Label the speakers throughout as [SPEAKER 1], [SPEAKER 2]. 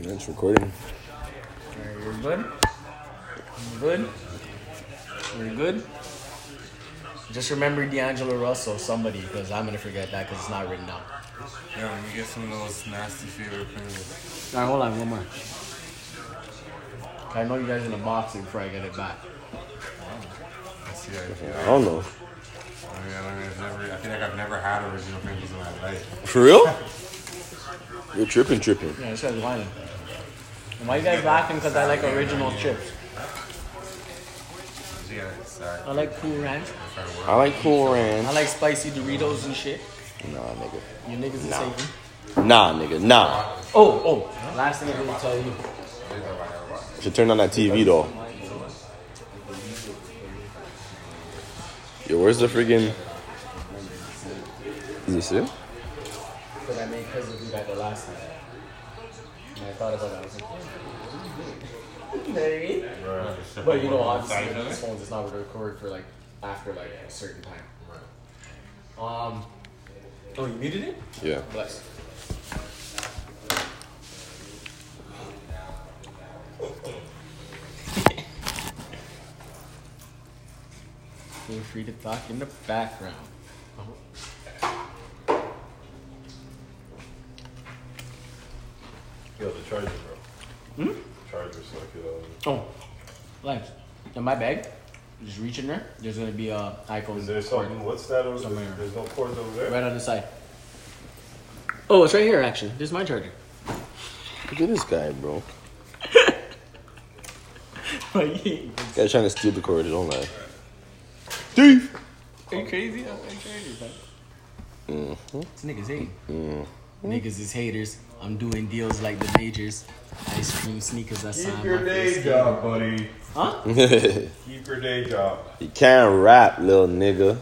[SPEAKER 1] It's recording.
[SPEAKER 2] Alright, we're good. We're good. We're good. Just remember D'Angelo Russell, somebody, because I'm gonna forget that because it's not written down.
[SPEAKER 3] Yeah, when you get some of those nasty favorite pringles.
[SPEAKER 4] All right, hold on, one more.
[SPEAKER 2] I know you guys in a boxing before I get it back.
[SPEAKER 3] I see how you feel.
[SPEAKER 1] I don't know.
[SPEAKER 3] I mean, I don't know, I've never, I feel like I've never had original pringles in my life.
[SPEAKER 1] For real? You're tripping, tripping.
[SPEAKER 2] Yeah, this guy's whining. And why you guys laughing? Because I like original chips.
[SPEAKER 3] Yeah, sorry.
[SPEAKER 2] I like Cool Ranch.
[SPEAKER 1] I like Cool
[SPEAKER 2] I
[SPEAKER 1] Ranch.
[SPEAKER 2] like spicy Doritos and shit.
[SPEAKER 1] Nah, nigga.
[SPEAKER 2] You niggas is
[SPEAKER 1] No.
[SPEAKER 2] saving.
[SPEAKER 1] Nah, nigga. Nah.
[SPEAKER 2] Oh, oh. Last thing I'm gonna tell you.
[SPEAKER 1] Should turn on that TV though. Yo, where's the friggin'? Is this it?
[SPEAKER 2] Because I made Chris do that the last time. And I thought about it. I was like, you know what I mean? But you know, obviously, with these phones, it's not going to record for like after like a certain time. Um. Oh, you muted it?
[SPEAKER 1] Yeah.
[SPEAKER 2] Bless. Feel free to talk in the background.
[SPEAKER 5] Yeah, the charger, bro. Charger, so I could, um,
[SPEAKER 2] Hmm? Oh, thanks. In my bag, just reach in there. There's gonna be a iPhone.
[SPEAKER 5] is there something, what's that over there?
[SPEAKER 2] Somewhere.
[SPEAKER 5] There's no cords over there?
[SPEAKER 2] right on the side.
[SPEAKER 4] Oh, it's right here, actually. This is my charger.
[SPEAKER 1] Look at this guy, bro.
[SPEAKER 2] Are you
[SPEAKER 1] This guy's trying to steal the cord. Don't lie. Thief.
[SPEAKER 2] crazy? I'm crazy, man.
[SPEAKER 1] Mm-hmm.
[SPEAKER 2] It's niggas hating. Niggas is haters. I'm doing deals like the majors. Ice cream sneakers. I signed
[SPEAKER 5] Keep
[SPEAKER 2] my
[SPEAKER 5] your day
[SPEAKER 2] first
[SPEAKER 5] job, buddy.
[SPEAKER 2] Huh?
[SPEAKER 1] he
[SPEAKER 5] Keep your day job.
[SPEAKER 1] can't rap, little nigga.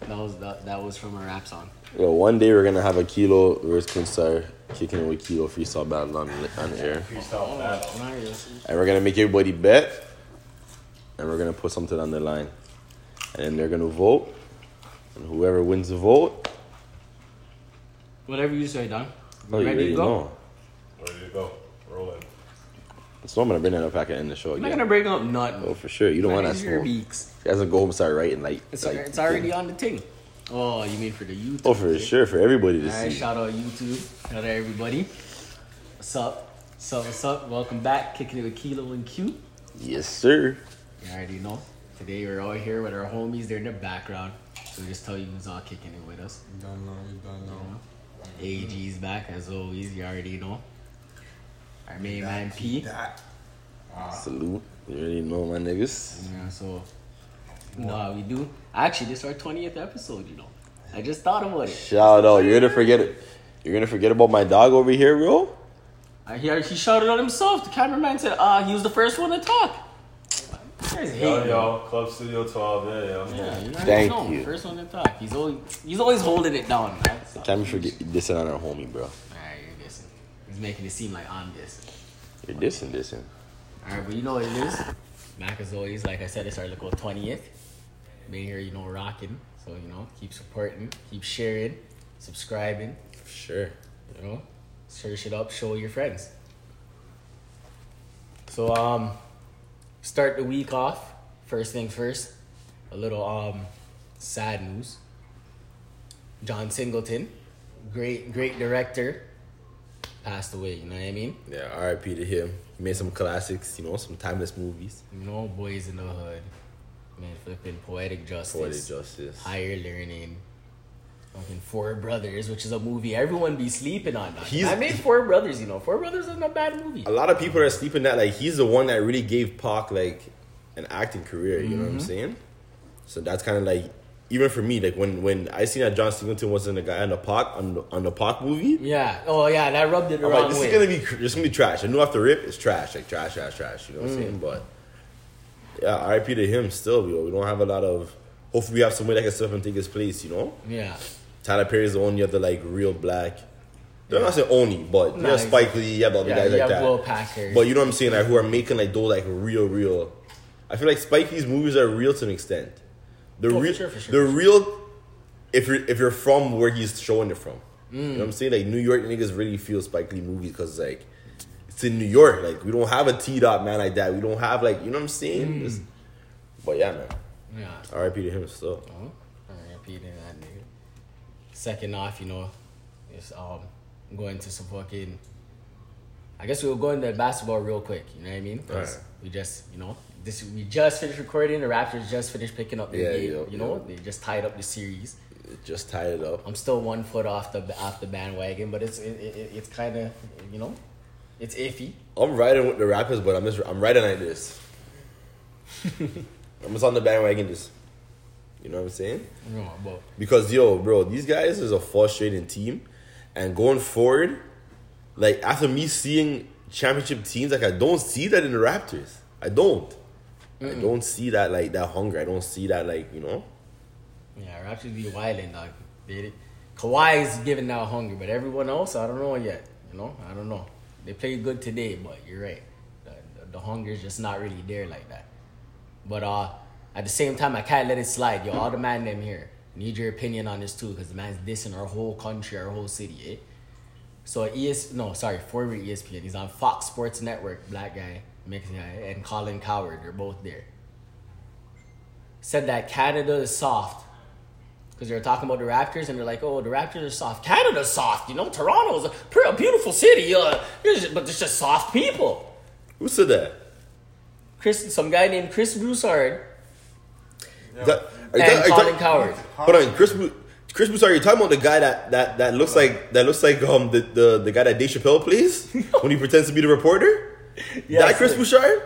[SPEAKER 2] That was that, that was from a rap song.
[SPEAKER 1] Yo, one day we're gonna have a kilo versus Kinstar kicking it with kilo freestyle battle on on air,
[SPEAKER 5] Peace out, battle.
[SPEAKER 2] Now you're listening.
[SPEAKER 1] and we're gonna make everybody bet, and we're gonna put something on the line, and then they're gonna vote, and whoever wins the vote,
[SPEAKER 2] Whatever you say, Don.
[SPEAKER 1] oh, you already
[SPEAKER 2] Ready to go?
[SPEAKER 1] know.
[SPEAKER 5] Ready to go. Rolling.
[SPEAKER 1] So I'm gonna bring that up back in the show
[SPEAKER 2] I'm not
[SPEAKER 1] again.
[SPEAKER 2] gonna break up nothing.
[SPEAKER 1] oh, for sure. You don't want that
[SPEAKER 2] Use your
[SPEAKER 1] smoke. You
[SPEAKER 2] beaks.
[SPEAKER 1] guys gonna go home and start writing like
[SPEAKER 2] It's,
[SPEAKER 1] like
[SPEAKER 2] it's already on the thing. Oh, you mean for the YouTube?
[SPEAKER 1] Oh, for
[SPEAKER 2] shit.
[SPEAKER 1] sure, for everybody to
[SPEAKER 2] All right,
[SPEAKER 1] see.
[SPEAKER 2] shout out YouTube. Shout out everybody. What's up? What's up? What's up? Welcome back. Kicking it with Kilo and Q. You
[SPEAKER 1] Yes, sir.
[SPEAKER 2] already know. Today we're all here with our homies. They're in the background. So we just tell you who's all kicking it with us.
[SPEAKER 3] You don't know, you don't know.
[SPEAKER 2] AG's back as always. You already know. Our main man P.
[SPEAKER 3] That.
[SPEAKER 1] Salute. You already know my niggas.
[SPEAKER 2] Yeah, so you know how we do. Actually, this is our 20th episode, you know. I just thought about it.
[SPEAKER 1] Shout out. You're gonna forget it. You're gonna forget about my dog over here, bro.
[SPEAKER 2] I hear he shouted out himself. The cameraman said, uh, he was the first one to talk. You guys hate
[SPEAKER 5] Yo,
[SPEAKER 2] me.
[SPEAKER 5] yo. Club Studio 12. Yeah, yeah.
[SPEAKER 2] Yeah, you know,
[SPEAKER 1] Thank
[SPEAKER 2] he's
[SPEAKER 1] you.
[SPEAKER 2] First one to talk. He's always he's always holding it down. Man. So,
[SPEAKER 1] Time to forget you're dissing on our homie, bro.
[SPEAKER 2] Alright, you're dissing. He's making it seem like I'm dissing.
[SPEAKER 1] You're dissing, dissing.
[SPEAKER 2] Alright, but you know what it is. Mac is always like I said, it's our little twentieth. Being here, you know, rocking. So you know, keep supporting, keep sharing, subscribing.
[SPEAKER 1] Sure.
[SPEAKER 2] You know, search it up, show your friends. So um, start the week off. First thing first, a little um, sad news. John Singleton, great great director, passed away. You know what I mean?
[SPEAKER 1] Yeah, RIP to him. He made some classics, you know, some timeless movies.
[SPEAKER 2] You know, boys in the hood, man, flipping poetic justice,
[SPEAKER 1] Poetic justice.
[SPEAKER 2] higher learning. Fucking Four Brothers, which is a movie everyone be sleeping on.
[SPEAKER 1] He's-
[SPEAKER 2] I made Four Brothers, you know. Four Brothers isn't a bad movie.
[SPEAKER 1] A lot of people are sleeping that like he's the one that really gave Pac like an acting career, you know
[SPEAKER 2] Mm-hmm.
[SPEAKER 1] what I'm saying? So that's kinda like even for me, like when when I seen that John Singleton wasn't a guy on the Pac on the on the Pac movie,
[SPEAKER 2] Yeah. Oh, yeah. That rubbed it the
[SPEAKER 1] I'm
[SPEAKER 2] wrong
[SPEAKER 1] like, this
[SPEAKER 2] way.
[SPEAKER 1] is gonna be cr- this is gonna be trash. I knew off the rip it's trash, like trash, trash, trash, you know what I'm
[SPEAKER 2] Mm.
[SPEAKER 1] saying? But yeah, RIP to him still, you know, we don't have a lot of hopefully we have somebody that can step up and take his place, you know?
[SPEAKER 2] Yeah.
[SPEAKER 1] Tyler Perry's the only other like real black. They're not saying only, but
[SPEAKER 2] Nah,
[SPEAKER 1] yeah, Spike Lee, yeah, but other
[SPEAKER 2] Yeah.
[SPEAKER 1] guys
[SPEAKER 2] you
[SPEAKER 1] like
[SPEAKER 2] have
[SPEAKER 1] that.
[SPEAKER 2] Will Packer.
[SPEAKER 1] But you know what I'm saying, like who are making like those like real, real. I feel like Spike Lee's movies are real to an extent. They're
[SPEAKER 2] Oh, for
[SPEAKER 1] real.
[SPEAKER 2] sure, for sure,
[SPEAKER 1] they're
[SPEAKER 2] for sure.
[SPEAKER 1] real. If you're if you're from
[SPEAKER 2] Mm.
[SPEAKER 1] where he's showing it from, you know what I'm saying. Like New York niggas really feel Spike Lee movies because like it's to New York. Like we don't have a T dot man like that. We don't have like you know what I'm saying.
[SPEAKER 2] Mm.
[SPEAKER 1] It's- But yeah, man.
[SPEAKER 2] Yeah.
[SPEAKER 1] R.I.P. to him still.
[SPEAKER 2] Uh-huh. R.I.P. to that nigga. Second off, you know, it's um going to some fucking. I guess we'll go into basketball real quick. You know what I mean? 'Cause
[SPEAKER 1] Alright.
[SPEAKER 2] We just, you know, this we just finished recording. The Raptors just finished picking up the
[SPEAKER 1] Yeah,
[SPEAKER 2] game.
[SPEAKER 1] yeah,
[SPEAKER 2] you know,
[SPEAKER 1] yeah.
[SPEAKER 2] they just tied up the series.
[SPEAKER 1] Just tied it up.
[SPEAKER 2] I'm still one foot off the off the bandwagon, but it's it, it, it's kind of you know, it's iffy.
[SPEAKER 1] I'm riding with the rappers, but I'm just I'm riding like this. I'm just on the bandwagon, just you know what I'm saying.
[SPEAKER 2] No, but
[SPEAKER 1] Because yo, bro, these guys is a frustrating team, and going forward, like after me seeing championship teams, like I don't see that in the Raptors. I don't. I don't see that like that hunger. I don't see that like you know.
[SPEAKER 2] yeah, Raptors be wilding dog. They, Kawhi is giving out hunger, but everyone else, I don't know yet. You know, I don't know. They played good today, but you're right. The, the, the hunger is just not really there like that. But uh, at the same time, I can't let it slide. Yo, all the man them here. Need your opinion on this too, because the man's dissing our whole country, our whole city, eh? So ES no, sorry, former E ESPN. He's on Fox Sports Network, black guy, Mexican guy, and Colin Coward. They're both there. Said that Canada is soft. Because they were talking about the Raptors, and they're like, "Oh, the Raptors are soft. Canada's soft, you know. Toronto's a, pr- a beautiful city, uh, there's- but there's just soft people."
[SPEAKER 1] Who said that?
[SPEAKER 2] Chris, some guy named Chris Broussard
[SPEAKER 1] Is that- are you talking- are
[SPEAKER 2] and
[SPEAKER 1] you
[SPEAKER 2] Colin
[SPEAKER 1] talking-
[SPEAKER 2] Coward.
[SPEAKER 1] Hold on, Chris. Bu- Chris Bussard, you talking about the guy that, that, that looks like that looks like um the, the, the guy that Dave Chappelle plays when he pretends to be the reporter? that Chris Bouchard?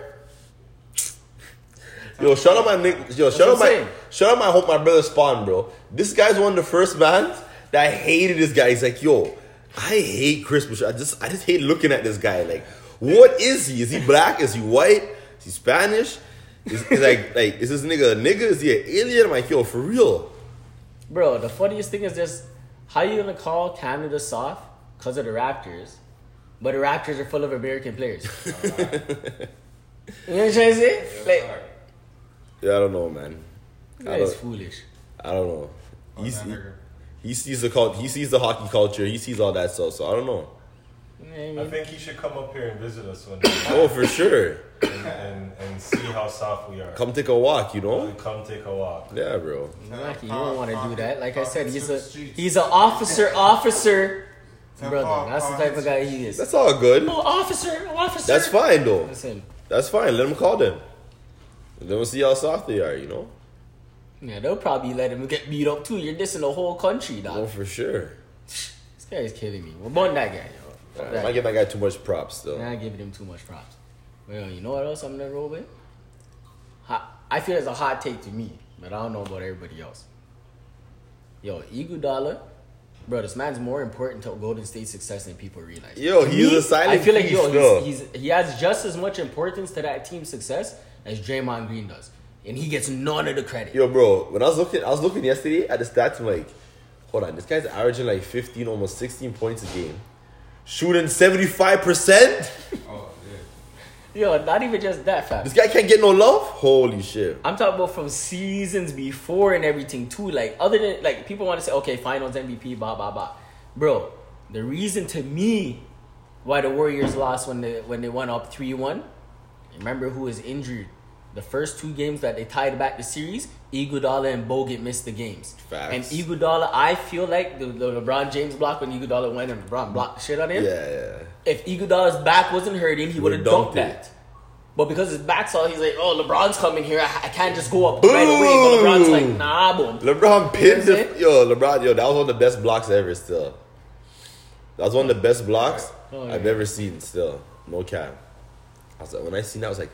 [SPEAKER 1] Yo, shout out my Nick. Yo, shout
[SPEAKER 2] what
[SPEAKER 1] out
[SPEAKER 2] I'm
[SPEAKER 1] my
[SPEAKER 2] saying.
[SPEAKER 1] shout out my hope my brother Spawn, bro. This guy's one of the first bands that hated this guy. He's like, yo, I hate Chris Bouchard. I just I just hate looking at this guy. Like, what is he? Is he black? Is he white? Is he Spanish? Is, is like like is this nigga a nigga? Is he an alien? I'm like, yo, for real.
[SPEAKER 2] Bro, the funniest thing is just how you gonna call Canada soft because of the Raptors, but the Raptors are full of American players. you know what I'm trying to say? Like,
[SPEAKER 1] Yeah, I don't know, man. I
[SPEAKER 2] that is
[SPEAKER 1] don't,
[SPEAKER 2] foolish.
[SPEAKER 1] I don't know. He's,
[SPEAKER 6] that
[SPEAKER 1] he,
[SPEAKER 6] nigga.
[SPEAKER 1] he sees the cult, he sees the hockey culture, he sees all that stuff. So I don't know.
[SPEAKER 2] You know what I
[SPEAKER 5] I
[SPEAKER 2] mean?
[SPEAKER 5] think he should come up here and visit us one day
[SPEAKER 1] Oh, for sure.
[SPEAKER 5] and, and, and see how soft we are.
[SPEAKER 1] Come take a walk, you know?
[SPEAKER 5] Come take a walk.
[SPEAKER 1] Yeah, bro.
[SPEAKER 2] Lucky, you don't want to do that. Like I said, he's a
[SPEAKER 6] Streets.
[SPEAKER 2] he's an officer, officer,
[SPEAKER 6] Tell
[SPEAKER 2] brother.
[SPEAKER 6] Paul,
[SPEAKER 2] That's the
[SPEAKER 6] Paul,
[SPEAKER 2] type of guy he is.
[SPEAKER 1] That's all good.
[SPEAKER 2] Oh, officer, officer.
[SPEAKER 1] That's fine, though.
[SPEAKER 2] Listen,
[SPEAKER 1] That's fine. Let them call them. Let them see how soft they are, you know?
[SPEAKER 2] yeah, they'll probably let him get beat up too. You're dissing the whole country,
[SPEAKER 1] Oh,
[SPEAKER 2] dog.
[SPEAKER 1] for sure.
[SPEAKER 2] This guy is killing me. We're born that guy, yo. Fuck
[SPEAKER 1] I
[SPEAKER 2] that
[SPEAKER 1] might give that guy too much props,
[SPEAKER 2] You're
[SPEAKER 1] though.
[SPEAKER 2] not giving him too much props. Well, you know what else I'm gonna roll with? Hot, I feel it's a hot take to me, but I don't know about everybody else. Yo, Iguodala, bro, this man's more important to Golden State's success than people realize.
[SPEAKER 1] Yo,
[SPEAKER 2] To
[SPEAKER 1] he's a silent
[SPEAKER 2] I feel like
[SPEAKER 1] beast,
[SPEAKER 2] yo,
[SPEAKER 1] bro.
[SPEAKER 2] he's, he's, he has just as much importance to that team's success as Draymond Green does, and he gets none of the credit.
[SPEAKER 1] Yo, bro, when I was looking I was looking yesterday at the stats, I'm like, hold on, this guy's averaging like 15, almost 16 points a game. Shooting 75%?
[SPEAKER 6] Oh, yeah.
[SPEAKER 2] Yo, not even just that, fam.
[SPEAKER 1] This guy can't get no love? Holy shit.
[SPEAKER 2] I'm talking about from seasons before and everything too. Like other than like people want to say, okay, Finals MVP, blah blah blah. Bro, the reason to me why the Warriors lost when they when they went up three one, remember who was injured? The first two games that they tied back the series, Iguodala and Bogut missed the games.
[SPEAKER 1] Facts.
[SPEAKER 2] And Iguodala, I feel like the, the LeBron James block when Iguodala went and LeBron blocked the shit on
[SPEAKER 1] Yeah,
[SPEAKER 2] him.
[SPEAKER 1] yeah.
[SPEAKER 2] If Iguodala's back wasn't hurting, he would have
[SPEAKER 1] Would've
[SPEAKER 2] dunked,
[SPEAKER 1] dunked it.
[SPEAKER 2] that. But because his back's all, he's like, "Oh, LeBron's coming here. I, I can't just go up right away." But LeBron's like,
[SPEAKER 1] Boom.
[SPEAKER 2] "Nah, boom."
[SPEAKER 1] LeBron pinned
[SPEAKER 2] You know what I'm
[SPEAKER 1] the, yo LeBron yo that was one of the best blocks ever still. That was one of the best blocks
[SPEAKER 2] Oh,
[SPEAKER 1] I've
[SPEAKER 2] yeah.
[SPEAKER 1] ever seen still. No cap. I was like when I seen that I was like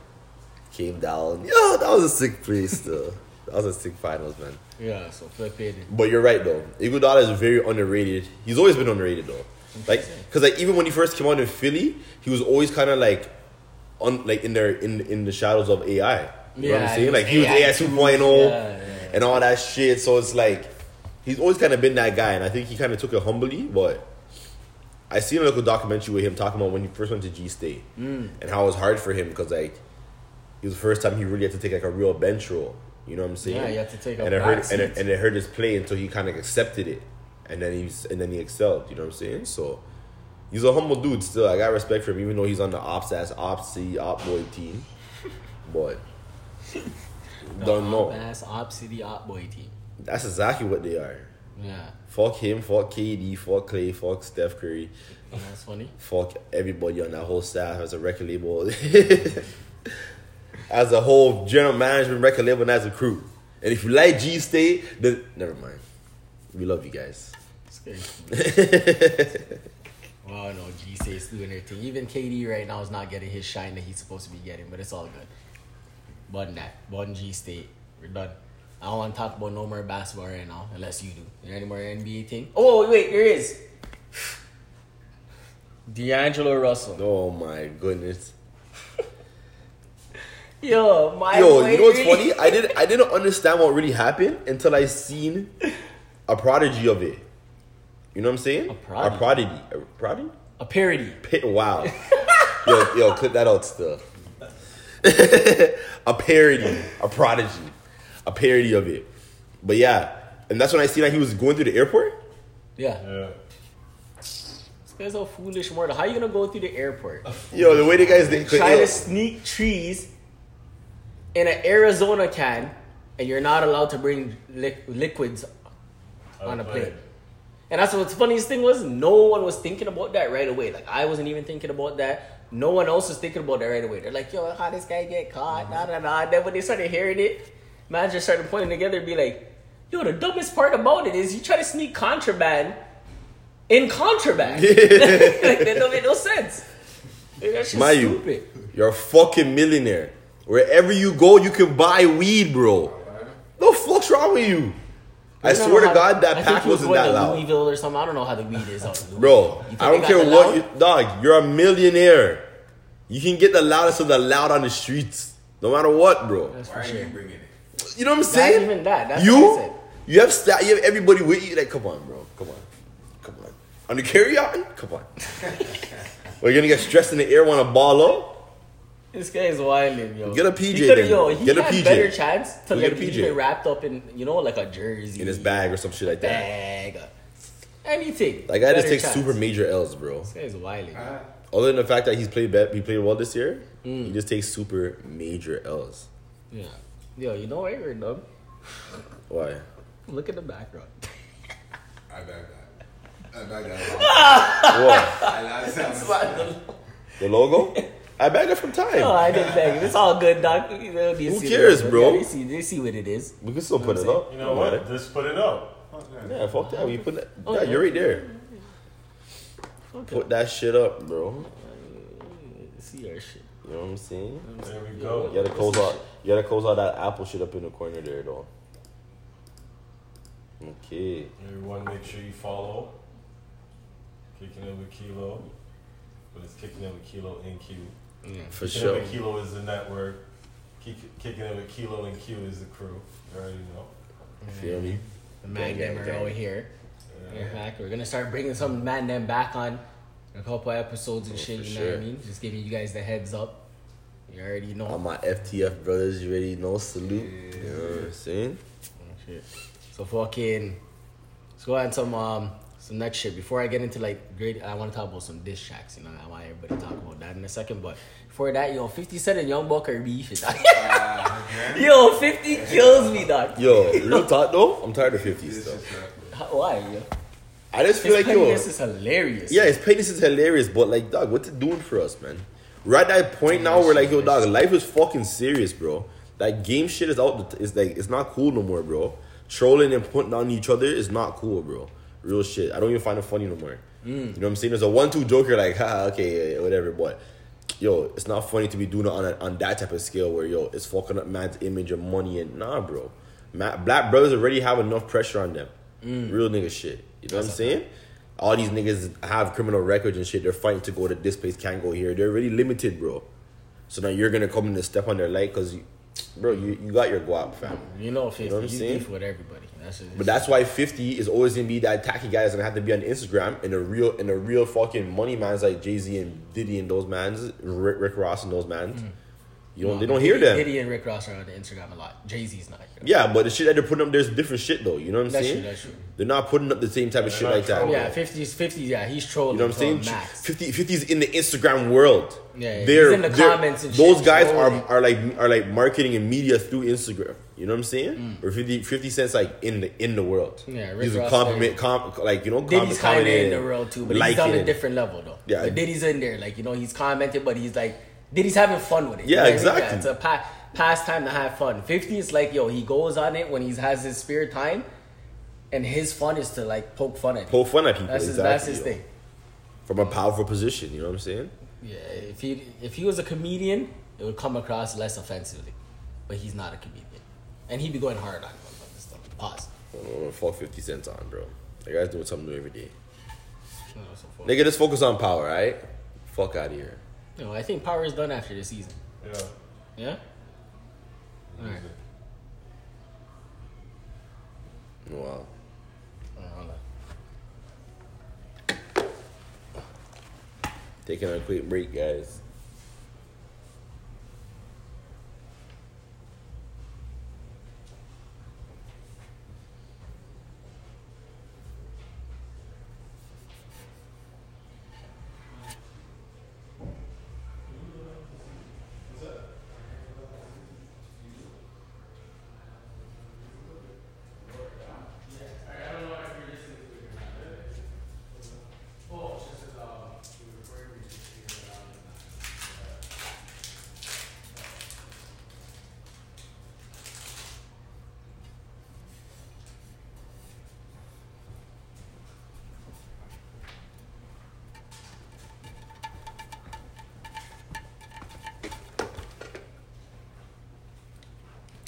[SPEAKER 1] came down. Yo, that was a sick play still. that was a sick finals, man.
[SPEAKER 2] Yeah, so flip it.
[SPEAKER 1] But you're right though. Iguodala is very underrated. He's always been underrated though. Like cuz like even when he first came out in Philly, he was always kind of like on like in their in in the shadows of AI. You know what
[SPEAKER 2] Yeah,
[SPEAKER 1] I'm
[SPEAKER 2] he
[SPEAKER 1] saying?
[SPEAKER 2] was
[SPEAKER 1] Like he was
[SPEAKER 2] AI
[SPEAKER 1] AI 2.0
[SPEAKER 2] Yeah, yeah.
[SPEAKER 1] and all that shit. So it's like he's always kind of been that guy, and I think he kind of took it humbly. But I seen a little documentary with him talking about when he first went to G State
[SPEAKER 2] Mm.
[SPEAKER 1] and how it was hard for him because like it was the first time he really had to take like a real bench role. You know what I'm saying?
[SPEAKER 2] Yeah, you had to take a
[SPEAKER 1] and it hurt,
[SPEAKER 2] back
[SPEAKER 1] and it,
[SPEAKER 2] seat.
[SPEAKER 1] and it hurt his play until he kind of accepted it, and then he's and then he excelled. You know what I'm saying? So He's a humble dude still. I got respect for him, even though he's on the ops ass, opsy, op boy team. But
[SPEAKER 2] Oh,
[SPEAKER 1] don't know.
[SPEAKER 2] Ass op city op boy team.
[SPEAKER 1] That's exactly what they are.
[SPEAKER 2] Yeah,
[SPEAKER 1] Fuck him. Fuck KD. Fuck Clay. Fuck Steph Curry.
[SPEAKER 2] and that's funny.
[SPEAKER 1] Fuck everybody on that whole staff as a record label, as a whole general management record label, and as a crew. And if you like G State, then never mind. We love you guys.
[SPEAKER 2] Scary. well, Oh, no, G State's doing their thing. Even KD right now is not getting his shine that he's supposed to be getting, but it's all good. But that, but G State, we're done. I don't want to talk about no more basketball right now, unless you do. Is there any more NBA thing? Oh wait, wait, there is. D'Angelo Russell.
[SPEAKER 1] Oh my goodness.
[SPEAKER 2] Yo, my
[SPEAKER 1] Yo, you
[SPEAKER 2] boy
[SPEAKER 1] know what's
[SPEAKER 2] really-
[SPEAKER 1] funny? I didn't I didn't understand what really happened until I seen a prodigy of it. You know what I'm saying?
[SPEAKER 2] A prodigy?
[SPEAKER 1] A prodigy. A prodigy?
[SPEAKER 2] A parody.
[SPEAKER 1] Pit, wow. yo, yo, clip that out still. a parody, a prodigy, a parody of it. But yeah, and that's when I seen that he was going through the airport.
[SPEAKER 2] Yeah.
[SPEAKER 5] Yeah.
[SPEAKER 2] This guy's a foolish mortal. How you gonna go through the airport?
[SPEAKER 1] Yo, the way the guys did.
[SPEAKER 2] try
[SPEAKER 1] yo,
[SPEAKER 2] to sneak trees in an Arizona can, and you're not allowed to bring li- liquids
[SPEAKER 5] Oh,
[SPEAKER 2] on a plane. And that's what's funniest thing was no one was thinking about that right away. Like I wasn't even thinking about that. No one else was thinking about that right away. They're like, "Yo, how this guy get caught?" Nah, nah, nah. Then when they started hearing it, man just started pointing together, and be like, "Yo, the dumbest part about it is you try to sneak contraband in contraband. like that don't make no sense. Like, that's just
[SPEAKER 1] Mayu.
[SPEAKER 2] stupid."
[SPEAKER 1] You're a fucking millionaire. Wherever you go, you can buy weed, bro. The fuck's wrong with you? I,
[SPEAKER 2] don't
[SPEAKER 1] swear
[SPEAKER 2] know
[SPEAKER 1] to
[SPEAKER 2] how-
[SPEAKER 1] God, that
[SPEAKER 2] I think
[SPEAKER 1] pack
[SPEAKER 2] he was
[SPEAKER 1] wasn't
[SPEAKER 2] going
[SPEAKER 1] that
[SPEAKER 2] to
[SPEAKER 1] loud,
[SPEAKER 2] Louisville or something. I don't know how the weed is out. in Louisville.
[SPEAKER 1] bro.
[SPEAKER 2] You think
[SPEAKER 1] I don't
[SPEAKER 2] they got
[SPEAKER 1] care
[SPEAKER 2] the
[SPEAKER 1] what, you,
[SPEAKER 2] loud?
[SPEAKER 1] dog. You're a millionaire. You can get the loudest of the loud on the streets, no matter what, bro.
[SPEAKER 2] That's for
[SPEAKER 3] Why are
[SPEAKER 2] sure.
[SPEAKER 3] you bringing it?
[SPEAKER 1] You know what I'm
[SPEAKER 2] Not
[SPEAKER 1] saying?
[SPEAKER 2] even that. That's
[SPEAKER 1] you,
[SPEAKER 2] what I said.
[SPEAKER 1] you have sta- you have everybody with you. Like, come on, bro. Come on, come on. On the carry on, come on. We're gonna get stressed in the air when a ball up.
[SPEAKER 2] This guy is wilding, yo.
[SPEAKER 1] Get a PJ
[SPEAKER 2] He coulda-
[SPEAKER 1] then.
[SPEAKER 2] yo, he
[SPEAKER 1] Get a
[SPEAKER 2] had
[SPEAKER 1] PJ.
[SPEAKER 2] better chance to
[SPEAKER 1] Get
[SPEAKER 2] like
[SPEAKER 1] a PJ.
[SPEAKER 2] PJ wrapped up in, you know, like a jersey.
[SPEAKER 1] in his bag or some shit like that.
[SPEAKER 2] Bag. Anything.
[SPEAKER 1] That guy just
[SPEAKER 2] Better
[SPEAKER 1] takes
[SPEAKER 2] chance.
[SPEAKER 1] super major L's, bro.
[SPEAKER 2] This guy is wilding.
[SPEAKER 1] Other than the fact that he's played bet, he played well this year.
[SPEAKER 2] Mm.
[SPEAKER 1] He just takes super major L's.
[SPEAKER 2] Yeah. Yo, you know what? You're dumb.
[SPEAKER 1] Why?
[SPEAKER 2] Look at the background.
[SPEAKER 3] I bag that. I bag that.
[SPEAKER 1] What?
[SPEAKER 3] I lied to him.
[SPEAKER 1] the logo? I bagged it from
[SPEAKER 2] no,
[SPEAKER 1] time.
[SPEAKER 2] I didn't beg it. It's all good, doc. You know, they
[SPEAKER 1] Who
[SPEAKER 2] see
[SPEAKER 1] cares,
[SPEAKER 2] what-
[SPEAKER 1] bro?
[SPEAKER 2] They see, they see what it is.
[SPEAKER 1] We can still put it up.
[SPEAKER 5] You know
[SPEAKER 1] Don't
[SPEAKER 5] what?
[SPEAKER 1] matter.
[SPEAKER 5] Just put it up.
[SPEAKER 1] Yeah, fuck that. We put that.
[SPEAKER 2] Oh,
[SPEAKER 1] yeah,
[SPEAKER 2] yeah.
[SPEAKER 1] you're right there.
[SPEAKER 2] Fuck
[SPEAKER 1] Put that shit up, bro.
[SPEAKER 2] it. See our shit.
[SPEAKER 1] You know what I'm saying?
[SPEAKER 5] There we go.
[SPEAKER 1] You gotta close out. You gotta close out that apple shit up in the corner there, though. Okay.
[SPEAKER 5] Everyone, make sure you follow. Kicking it with Kilo, but it's kicking it with Kilo and Q.
[SPEAKER 1] For
[SPEAKER 5] Kicking
[SPEAKER 1] sure.
[SPEAKER 5] it with Kilo is the network. Kick, kicking it with Kilo and Q is the crew. You already know.
[SPEAKER 1] Feel me?
[SPEAKER 2] The Magnum
[SPEAKER 1] Gang,
[SPEAKER 2] are
[SPEAKER 1] gang.
[SPEAKER 2] over here.
[SPEAKER 5] Yeah.
[SPEAKER 2] In fact, we're gonna start bringing some Magnum back on a couple episodes and shit.
[SPEAKER 1] Oh, for
[SPEAKER 2] You know what
[SPEAKER 1] sure.
[SPEAKER 2] I mean? Just giving you guys the heads up. You already know.
[SPEAKER 1] All my FTF brothers, you already know. Salute. You know what I'm saying?
[SPEAKER 2] Shit. So fucking. Let's go on some um some next shit. Before I get into like great, I want to talk about some diss tracks. You know, I want everybody to talk about that in a second. But before that, yo, Fifty Cent and Young Buck are beefing. dog. yo, Fifty kills me, dog.
[SPEAKER 1] Yo, real talk though, I'm tired of 50s
[SPEAKER 3] It's
[SPEAKER 1] stuff.
[SPEAKER 3] just that.
[SPEAKER 2] How- Why? Yo?
[SPEAKER 1] I just feel
[SPEAKER 2] His
[SPEAKER 1] like yo,
[SPEAKER 2] pettiness is hilarious.
[SPEAKER 1] yeah, his pettiness is hilarious, but like, dog, what's it doing for us, man? We're at that point now where like, yo, dog, life is fucking serious, bro. That game shit is out. It's like it's not cool no more, bro. Trolling and putting on each other is not cool, bro. Real shit. I don't even find it funny no more. You know what I'm saying? There's a one-two joker, like, ha, okay, yeah, whatever. But yo, it's not funny to be doing it on a, on that type of scale where yo, it's fucking up man's image and money and nah, bro. Ma black brothers already have enough pressure on them. Real nigga shit. You know what I'm saying? All these niggas have criminal records and shit. They're fighting to go to this place, can't go here. They're really limited, bro. So now you're gonna come in and step on their leg because, you, bro, you, you got your guap, fam.
[SPEAKER 2] You know, 50, you,
[SPEAKER 1] know what I'm saying?
[SPEAKER 2] beef with everybody. That's just,
[SPEAKER 1] But that's why 50 is always gonna be that tacky guy that's gonna have to be on Instagram and the real and the real fucking money mans like Jay Z and Diddy and those mans, Rick, Rick Ross and those mans. You don't. They don't hear them.
[SPEAKER 2] Diddy and Rick Ross are on the Instagram a lot. Jay Z's not. You know?
[SPEAKER 1] Yeah, but the shit that they're putting up, there's different shit though. You know what I'm
[SPEAKER 2] That's
[SPEAKER 1] saying?
[SPEAKER 2] true, that's true.
[SPEAKER 1] They're not putting up the same type of shit
[SPEAKER 5] not
[SPEAKER 1] like that.
[SPEAKER 5] trolling.
[SPEAKER 1] You
[SPEAKER 2] Yeah, 50s, 50s. Yeah, he's trolling.
[SPEAKER 1] know what I'm
[SPEAKER 2] to a
[SPEAKER 1] saying?
[SPEAKER 2] Max.
[SPEAKER 1] 50, 50's in the Instagram world.
[SPEAKER 2] Yeah, yeah. He's
[SPEAKER 1] They're,
[SPEAKER 2] in the
[SPEAKER 1] they're-
[SPEAKER 2] comments and
[SPEAKER 1] Those
[SPEAKER 2] shit,
[SPEAKER 1] guys
[SPEAKER 2] trolling.
[SPEAKER 1] are, are like are like marketing and media through Instagram. You know what I'm saying? Or 50, 50 cents like in the in the world.
[SPEAKER 2] Mm. Yeah, Rick
[SPEAKER 1] he's a
[SPEAKER 2] Ross,
[SPEAKER 1] compliment, com, like you know, comment,
[SPEAKER 2] Diddy's kind of
[SPEAKER 1] commenting,
[SPEAKER 2] in the world too, but he's
[SPEAKER 1] liking
[SPEAKER 2] on a
[SPEAKER 1] it.
[SPEAKER 2] different level though.
[SPEAKER 1] Yeah.
[SPEAKER 2] but Diddy's in there, like you know, he's commenting, but he's like, Diddy's having fun with it. You
[SPEAKER 1] Yeah,
[SPEAKER 2] know what I mean?
[SPEAKER 1] exactly.
[SPEAKER 2] it's a pa- pastime to have fun. Fifty is like, yo, he goes on it when he has his spare time, and his fun is to like poke fun at. People.
[SPEAKER 1] Poke fun at people.
[SPEAKER 2] That's his.
[SPEAKER 1] exactly,
[SPEAKER 2] that's his
[SPEAKER 1] yo.
[SPEAKER 2] thing.
[SPEAKER 1] From a powerful position. You know what I'm saying?
[SPEAKER 2] Yeah, if he if he was a comedian, it would come across less offensively, but he's not a comedian, and he'd be going hard on motherfuckers. Stuff. Pause.
[SPEAKER 1] I don't want to fuck 50 cents on, bro. That guy's doing something new every day.
[SPEAKER 2] You know, so forth.
[SPEAKER 1] Nigga, just focus on power, right? Fuck out of here.
[SPEAKER 2] You know, I think power is done after this season.
[SPEAKER 5] Yeah.
[SPEAKER 2] Yeah. All right.
[SPEAKER 1] Wow.
[SPEAKER 2] All right, hold on.
[SPEAKER 1] Taking a quick break, guys.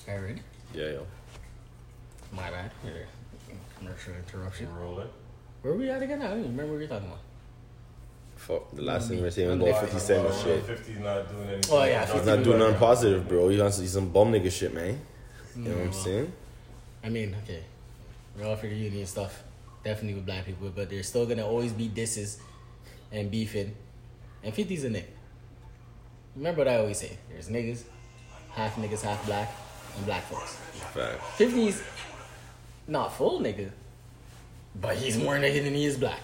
[SPEAKER 2] All right, ready?
[SPEAKER 1] Yeah, yo.
[SPEAKER 2] My bad. Here. Commercial interruption.
[SPEAKER 5] Roll it.
[SPEAKER 2] Where were we at again? I don't even remember what you're talking about.
[SPEAKER 1] Fuck. The last thing we we're saying was
[SPEAKER 2] Monday.
[SPEAKER 1] about 50 Cent and shit.
[SPEAKER 5] 50's not doing anything.
[SPEAKER 2] Oh, yeah,
[SPEAKER 1] He's
[SPEAKER 2] 50
[SPEAKER 1] not doing nothing positive, bro. He's on he's some bum nigga shit, man. You know what I'm
[SPEAKER 2] well.
[SPEAKER 1] saying?
[SPEAKER 2] I mean, okay. We're all for the union stuff. Definitely with black people, but there's still gonna always be disses and beefing. And 50's a nigga. Remember what I always say. There's niggas, half niggas, half black, and black folks.
[SPEAKER 1] Fact.
[SPEAKER 2] 50's not full nigga. But he's more nigga than he is black.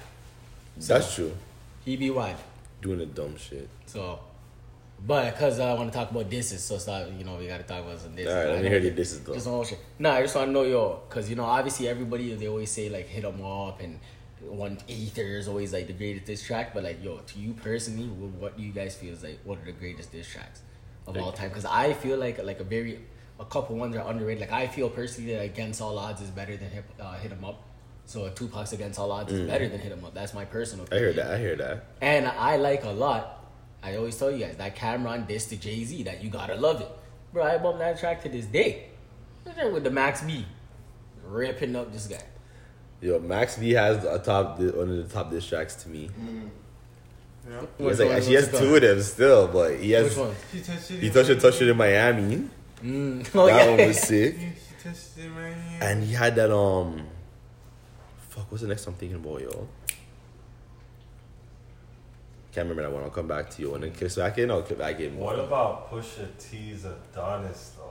[SPEAKER 1] That's true.
[SPEAKER 2] He be wild.
[SPEAKER 1] Doing the dumb shit.
[SPEAKER 2] So, but because I want to talk about disses, so stop. You know, we got to talk about some disses.
[SPEAKER 1] All right, let me hear the disses,
[SPEAKER 2] Just
[SPEAKER 1] though.
[SPEAKER 2] one more shit. Nah, I just want to know y'all, because you know, obviously everybody they always say like hit them up and one ether is always like the greatest diss track. But like, yo, to you personally, wh- what do you guys feel is like what are the greatest diss tracks of all time? Because I feel like like a very a couple ones are underrated. Like I feel personally that Against All Odds is better than Hip, uh, Hit 'Em Up. So Tupac's Against All Odds is better than Hit 'Em Up. That's my personal.
[SPEAKER 1] Mm. I hear that. I hear that.
[SPEAKER 2] And I like a lot. I always tell you guys that Cameron dissed to Jay Z that you gotta love it, bro. I bump that track to this day. With the Max B, ripping up this guy.
[SPEAKER 1] Yo, Max D has a top one of the top diss tracks to me.
[SPEAKER 3] Yeah.
[SPEAKER 1] He has, like,
[SPEAKER 2] Which one-
[SPEAKER 1] actually, he has
[SPEAKER 2] which
[SPEAKER 1] two
[SPEAKER 2] one?
[SPEAKER 1] of them still, but he
[SPEAKER 2] Which
[SPEAKER 1] has
[SPEAKER 2] one?
[SPEAKER 3] She touched it.
[SPEAKER 1] he
[SPEAKER 3] in
[SPEAKER 1] touched
[SPEAKER 3] my-
[SPEAKER 1] it, touched it in Miami.
[SPEAKER 2] Oh
[SPEAKER 1] that
[SPEAKER 2] yeah.
[SPEAKER 1] one was sick.
[SPEAKER 3] She touched it in my hand.
[SPEAKER 1] And he had that um fuck, what's the next I'm thinking about, yo? Can't remember that one. I'll come back to you. And then kiss back in, I'll kick back in.
[SPEAKER 5] What about Pusha T's Adonis, though?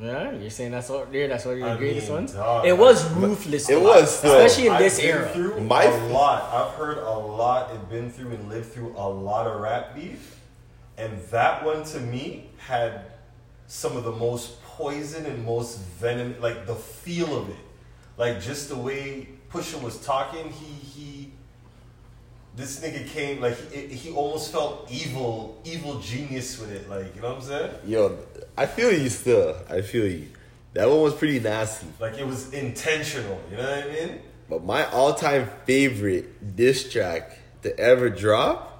[SPEAKER 2] Yeah, you're saying that's all there. That's one of your
[SPEAKER 5] I
[SPEAKER 2] greatest
[SPEAKER 5] mean,
[SPEAKER 2] ones.
[SPEAKER 5] dog,
[SPEAKER 2] it was ruthless.
[SPEAKER 1] It
[SPEAKER 2] though.
[SPEAKER 1] was, though.
[SPEAKER 2] especially in this
[SPEAKER 5] I've been
[SPEAKER 2] era.
[SPEAKER 5] Through
[SPEAKER 1] My-
[SPEAKER 5] a lot. I've heard a lot and been through and lived through a lot of rap beef. And that one to me had some of the most poison and most venom, like the feel of it. Like just the way Pusha was talking, he, he, this nigga came, like, he, he almost felt evil, evil genius with it. Like, you know what I'm saying?
[SPEAKER 1] Yo, I feel you still. I feel you. That one was pretty nasty.
[SPEAKER 5] Like it was intentional, you know what I mean?
[SPEAKER 1] But my all time favorite diss track to ever drop.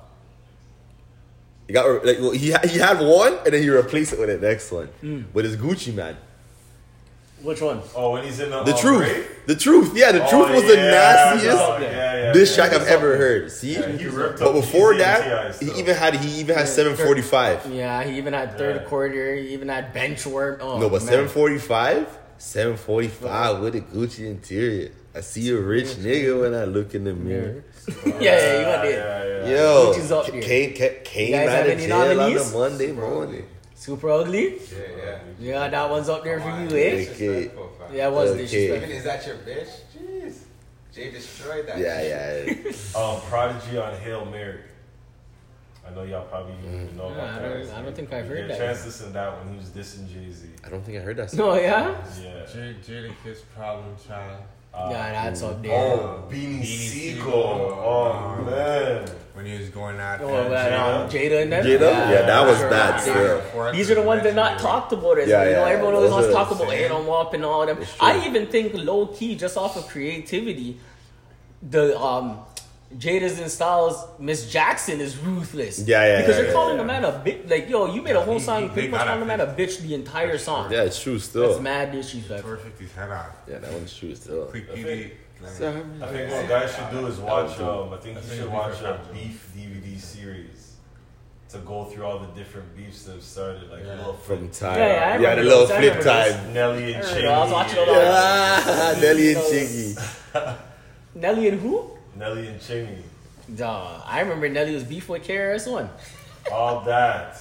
[SPEAKER 1] He got like well, he ha- he had one and then he replaced it with the next one.
[SPEAKER 5] Hmm.
[SPEAKER 1] But it's Gucci man.
[SPEAKER 2] Which one?
[SPEAKER 5] Oh, when he's in the,
[SPEAKER 1] The
[SPEAKER 5] um,
[SPEAKER 1] truth.
[SPEAKER 5] grave?
[SPEAKER 1] The truth. Yeah, the
[SPEAKER 5] Oh,
[SPEAKER 1] truth was the
[SPEAKER 5] yeah,
[SPEAKER 1] nastiest.
[SPEAKER 5] dog, yeah, yeah,
[SPEAKER 1] this
[SPEAKER 5] yeah.
[SPEAKER 1] track I've ever heard. See,
[SPEAKER 5] Yeah, he ripped
[SPEAKER 1] but
[SPEAKER 5] up
[SPEAKER 1] before
[SPEAKER 5] Jeezy and
[SPEAKER 1] that,
[SPEAKER 5] T.I.
[SPEAKER 1] he
[SPEAKER 5] stuff.
[SPEAKER 1] even had he even had seven forty five.
[SPEAKER 2] Yeah, he even had third
[SPEAKER 5] Yeah.
[SPEAKER 2] quarter. He even had bench work. Oh,
[SPEAKER 1] No, but
[SPEAKER 2] man.
[SPEAKER 1] seven forty five, seven forty five with a Gucci interior. I see a rich nigga when I look in the mirror.
[SPEAKER 2] yeah, yeah, you got
[SPEAKER 5] yeah,
[SPEAKER 2] it.
[SPEAKER 5] yeah, yeah.
[SPEAKER 1] Yo,
[SPEAKER 2] Gucci's up here.
[SPEAKER 1] came ca- came
[SPEAKER 2] guys
[SPEAKER 1] out
[SPEAKER 2] have
[SPEAKER 1] of
[SPEAKER 2] any
[SPEAKER 1] jail on a
[SPEAKER 2] nominees?
[SPEAKER 1] Monday morning.
[SPEAKER 2] Super ugly?
[SPEAKER 3] Yeah, yeah.
[SPEAKER 2] Yeah, that one's up there for
[SPEAKER 3] Come on,
[SPEAKER 2] you, eh?
[SPEAKER 3] disrespectful, fam.
[SPEAKER 2] Yeah, it was
[SPEAKER 1] Okay.
[SPEAKER 3] Even
[SPEAKER 2] disrespectful.
[SPEAKER 3] is that your bitch? Jeez. Jay destroyed that.
[SPEAKER 1] Yeah,
[SPEAKER 3] shit.
[SPEAKER 1] yeah.
[SPEAKER 5] Um, Prodigy on Hail Mary. I know y'all probably don't
[SPEAKER 1] Mm.
[SPEAKER 5] even know
[SPEAKER 2] Yeah,
[SPEAKER 5] about
[SPEAKER 2] I
[SPEAKER 5] that.
[SPEAKER 2] don't- I don't think I've
[SPEAKER 5] You
[SPEAKER 2] heard
[SPEAKER 5] get a
[SPEAKER 2] that.
[SPEAKER 5] Chance listen to that when he was dissing Jay Z.
[SPEAKER 1] I don't think I heard that. Song.
[SPEAKER 2] No, Oh, yeah?
[SPEAKER 5] Yeah.
[SPEAKER 3] Jay, Jay the Kiss Problem Child.
[SPEAKER 1] Ah,
[SPEAKER 5] Uh,
[SPEAKER 2] yeah, that's up there.
[SPEAKER 5] Oh, Beanie,
[SPEAKER 3] Beanie
[SPEAKER 5] Siegel.
[SPEAKER 3] Siegel.
[SPEAKER 5] Oh, man.
[SPEAKER 3] When he was going out.
[SPEAKER 2] Oh, well, um, Jada and them?
[SPEAKER 1] Jada? Yeah, that was bad,
[SPEAKER 2] They-
[SPEAKER 1] yeah.
[SPEAKER 2] These are the ones that not talked about it.
[SPEAKER 1] Yeah,
[SPEAKER 2] you know,
[SPEAKER 1] yeah,
[SPEAKER 2] everyone
[SPEAKER 1] those
[SPEAKER 2] always wants
[SPEAKER 1] are
[SPEAKER 2] to
[SPEAKER 1] the
[SPEAKER 2] talk about
[SPEAKER 3] same.
[SPEAKER 2] Aaron and Wop and all them.
[SPEAKER 1] It's true.
[SPEAKER 2] I even think low key, just off of creativity, the um Jada's and Styles, Miss Jackson is ruthless.
[SPEAKER 1] Yeah, yeah,
[SPEAKER 2] Because
[SPEAKER 1] yeah,
[SPEAKER 2] you're
[SPEAKER 1] yeah,
[SPEAKER 2] calling
[SPEAKER 1] yeah.
[SPEAKER 2] a man a bitch. Like, yo, you made a
[SPEAKER 3] Yeah,
[SPEAKER 2] whole
[SPEAKER 3] he-
[SPEAKER 2] song
[SPEAKER 3] he-
[SPEAKER 2] pretty
[SPEAKER 3] they
[SPEAKER 2] much
[SPEAKER 3] gotta
[SPEAKER 2] calling a man a
[SPEAKER 3] fix
[SPEAKER 2] bitch the entire song.
[SPEAKER 1] Yeah, it's true
[SPEAKER 2] That's
[SPEAKER 1] still.
[SPEAKER 2] mad disrespectful.
[SPEAKER 3] his head off.
[SPEAKER 1] Yeah, that one's true still.
[SPEAKER 3] Quick
[SPEAKER 5] I
[SPEAKER 3] beauty.
[SPEAKER 5] I think what guys should do is watch. Um, I think
[SPEAKER 3] I think
[SPEAKER 5] you should
[SPEAKER 3] it'd be
[SPEAKER 5] watch
[SPEAKER 3] for
[SPEAKER 5] a
[SPEAKER 3] Prodigy.
[SPEAKER 5] beef DVD series to go through all the different beefs that have started, like
[SPEAKER 3] Yeah.
[SPEAKER 5] little
[SPEAKER 1] From
[SPEAKER 5] flip,
[SPEAKER 1] time.
[SPEAKER 2] Yeah, yeah, I
[SPEAKER 1] Yeah, the
[SPEAKER 2] remember
[SPEAKER 1] little
[SPEAKER 2] those. I
[SPEAKER 1] flip
[SPEAKER 2] remember those.
[SPEAKER 1] time.
[SPEAKER 5] Nelly
[SPEAKER 2] I
[SPEAKER 5] and
[SPEAKER 2] don't
[SPEAKER 5] Chiggy.
[SPEAKER 2] know, I was watching all that.
[SPEAKER 1] Ah, Nelly and
[SPEAKER 2] Those.
[SPEAKER 1] Chiggy.
[SPEAKER 2] Nelly and who?
[SPEAKER 5] Nelly and Chingy.
[SPEAKER 2] Duh. I remember Nelly was beef with KRS-One.
[SPEAKER 5] All that.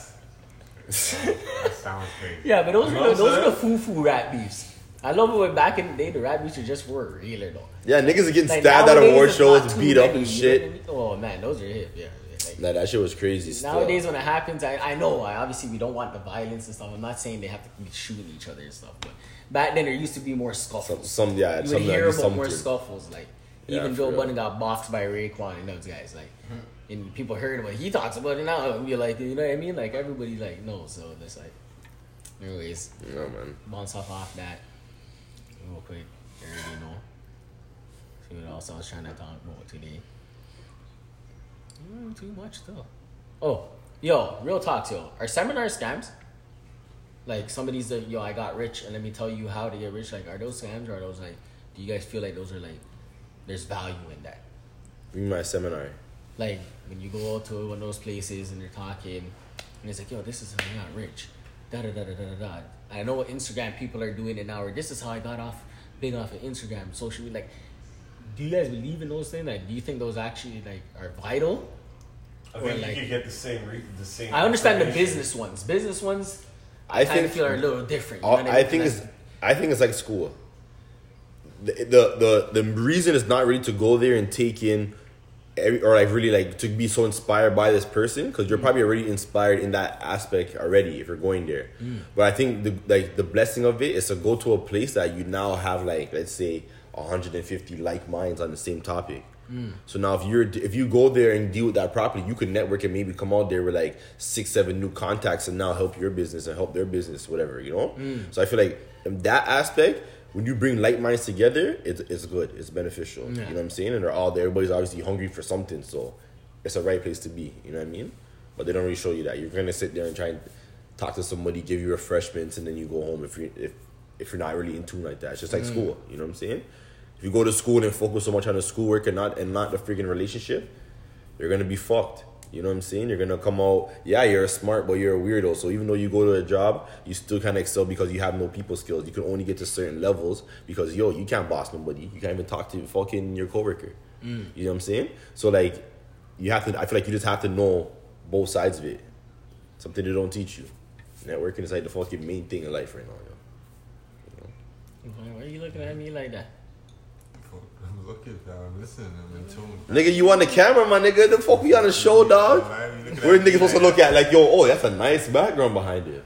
[SPEAKER 3] That sounds crazy.
[SPEAKER 2] Yeah, but those
[SPEAKER 5] You
[SPEAKER 2] were
[SPEAKER 5] know
[SPEAKER 2] the,
[SPEAKER 5] what I'm
[SPEAKER 2] those were the foo foo rap beefs. I love it when back in the day the rap beefs were just were regular though.
[SPEAKER 1] Yeah, niggas are getting
[SPEAKER 2] Like,
[SPEAKER 1] stabbed at
[SPEAKER 2] nowadays,
[SPEAKER 1] award
[SPEAKER 2] it's not
[SPEAKER 1] shows,
[SPEAKER 2] too
[SPEAKER 1] beat up
[SPEAKER 2] many,
[SPEAKER 1] and
[SPEAKER 2] you know
[SPEAKER 1] shit.
[SPEAKER 2] what I mean? Oh man, those are hip. Yeah. yeah, like,
[SPEAKER 1] Nah, that shit was crazy. Still.
[SPEAKER 2] nowadays when it happens, I, I know. I obviously we don't want the violence and stuff. I'm not saying they have to be shooting each other and stuff, but back then there used to be more
[SPEAKER 1] some,
[SPEAKER 2] scuffles.
[SPEAKER 1] some yeah,
[SPEAKER 2] you would
[SPEAKER 1] some
[SPEAKER 2] hear
[SPEAKER 1] like,
[SPEAKER 2] about
[SPEAKER 1] some
[SPEAKER 2] more
[SPEAKER 1] to-
[SPEAKER 2] scuffles, like
[SPEAKER 1] Yeah,
[SPEAKER 2] even
[SPEAKER 1] for
[SPEAKER 2] Joe
[SPEAKER 1] real. Mm-hmm.
[SPEAKER 2] Budden got boxed by Raekwon and those guys, like. And people heard about it. He talks about it now. and We're like, you know what I mean? Like, everybody, like, knows. So, that's like, anyways
[SPEAKER 1] Yeah, man.
[SPEAKER 2] bounce off off that real quick. You already know. See what else I was trying to talk about today. Mm, too much though. Oh, yo, real talk, yo. Are seminars scams? Like somebody's like, yo, I got rich, and let me tell you how to get rich. Like, are those scams or are those like? Do you guys feel like those are like? There's value in that.
[SPEAKER 1] Bring my seminar.
[SPEAKER 2] Like when you go out to one of those places and they're talking, and it's like, yo, this is how I got rich. Da da da da da da. da. I know what Instagram people are doing it now, or this is how I got off big off of Instagram, social media. Like, do you guys believe in those things? Like, do you think those actually like are vital?
[SPEAKER 5] I
[SPEAKER 2] Or
[SPEAKER 5] think
[SPEAKER 2] like-
[SPEAKER 5] you could get the same. Re- the same.
[SPEAKER 2] I understand the
[SPEAKER 5] information.
[SPEAKER 2] business ones. Business ones,
[SPEAKER 1] I
[SPEAKER 2] kinda
[SPEAKER 1] think
[SPEAKER 2] feel are a little different. you know
[SPEAKER 1] All,
[SPEAKER 2] what
[SPEAKER 1] I
[SPEAKER 2] mean?
[SPEAKER 1] think
[SPEAKER 2] And
[SPEAKER 1] it's I think it's like school. The, the the the reason is not really to go there and take in every or like really like to be so inspired by this person because you're probably already inspired in that aspect already if you're going there. But I think the like the blessing of it is to go to a place that you now have like let's say 150 like minds on the same topic. So now if you're if you go there and deal with that properly, you can network and maybe come out there with like six, seven new contacts and now help your business and help their business, whatever, you know? So I feel like in that aspect, when you bring like minds together, it's it's good. It's beneficial. You
[SPEAKER 2] Yeah.
[SPEAKER 1] know what I'm saying? And they're all there, everybody's obviously hungry for something, so it's a right place to be, you know what I mean? But they don't really show you that. You're gonna sit there and try and talk to somebody, give you refreshments, and then you go home if you if if you're not really in tune like that. It's just like school, you know what I'm saying? If you go to school and focus so much on the schoolwork and not and not the freaking relationship, you're gonna be fucked. You know what I'm saying? You're gonna come out, yeah, you're smart, but you're a weirdo. So even though you go to a job, you still kind of excel because you have no people skills. You can only get to certain levels because yo, you can't boss nobody. You can't even talk to fucking your coworker. You know what I'm saying? So like, you have to. I feel like you just have to know both sides of it. Something they don't teach you. Networking is like the fucking main thing in life right now. Yo.
[SPEAKER 2] Why why are you looking at me like that?
[SPEAKER 3] I'm looking, fam. I'm listening. I'm in tune.
[SPEAKER 1] Nigga, you on the camera, my nigga. The fuck we on the show, dog. Where niggas supposed to look at like, yo, oh, that's a nice background behind you.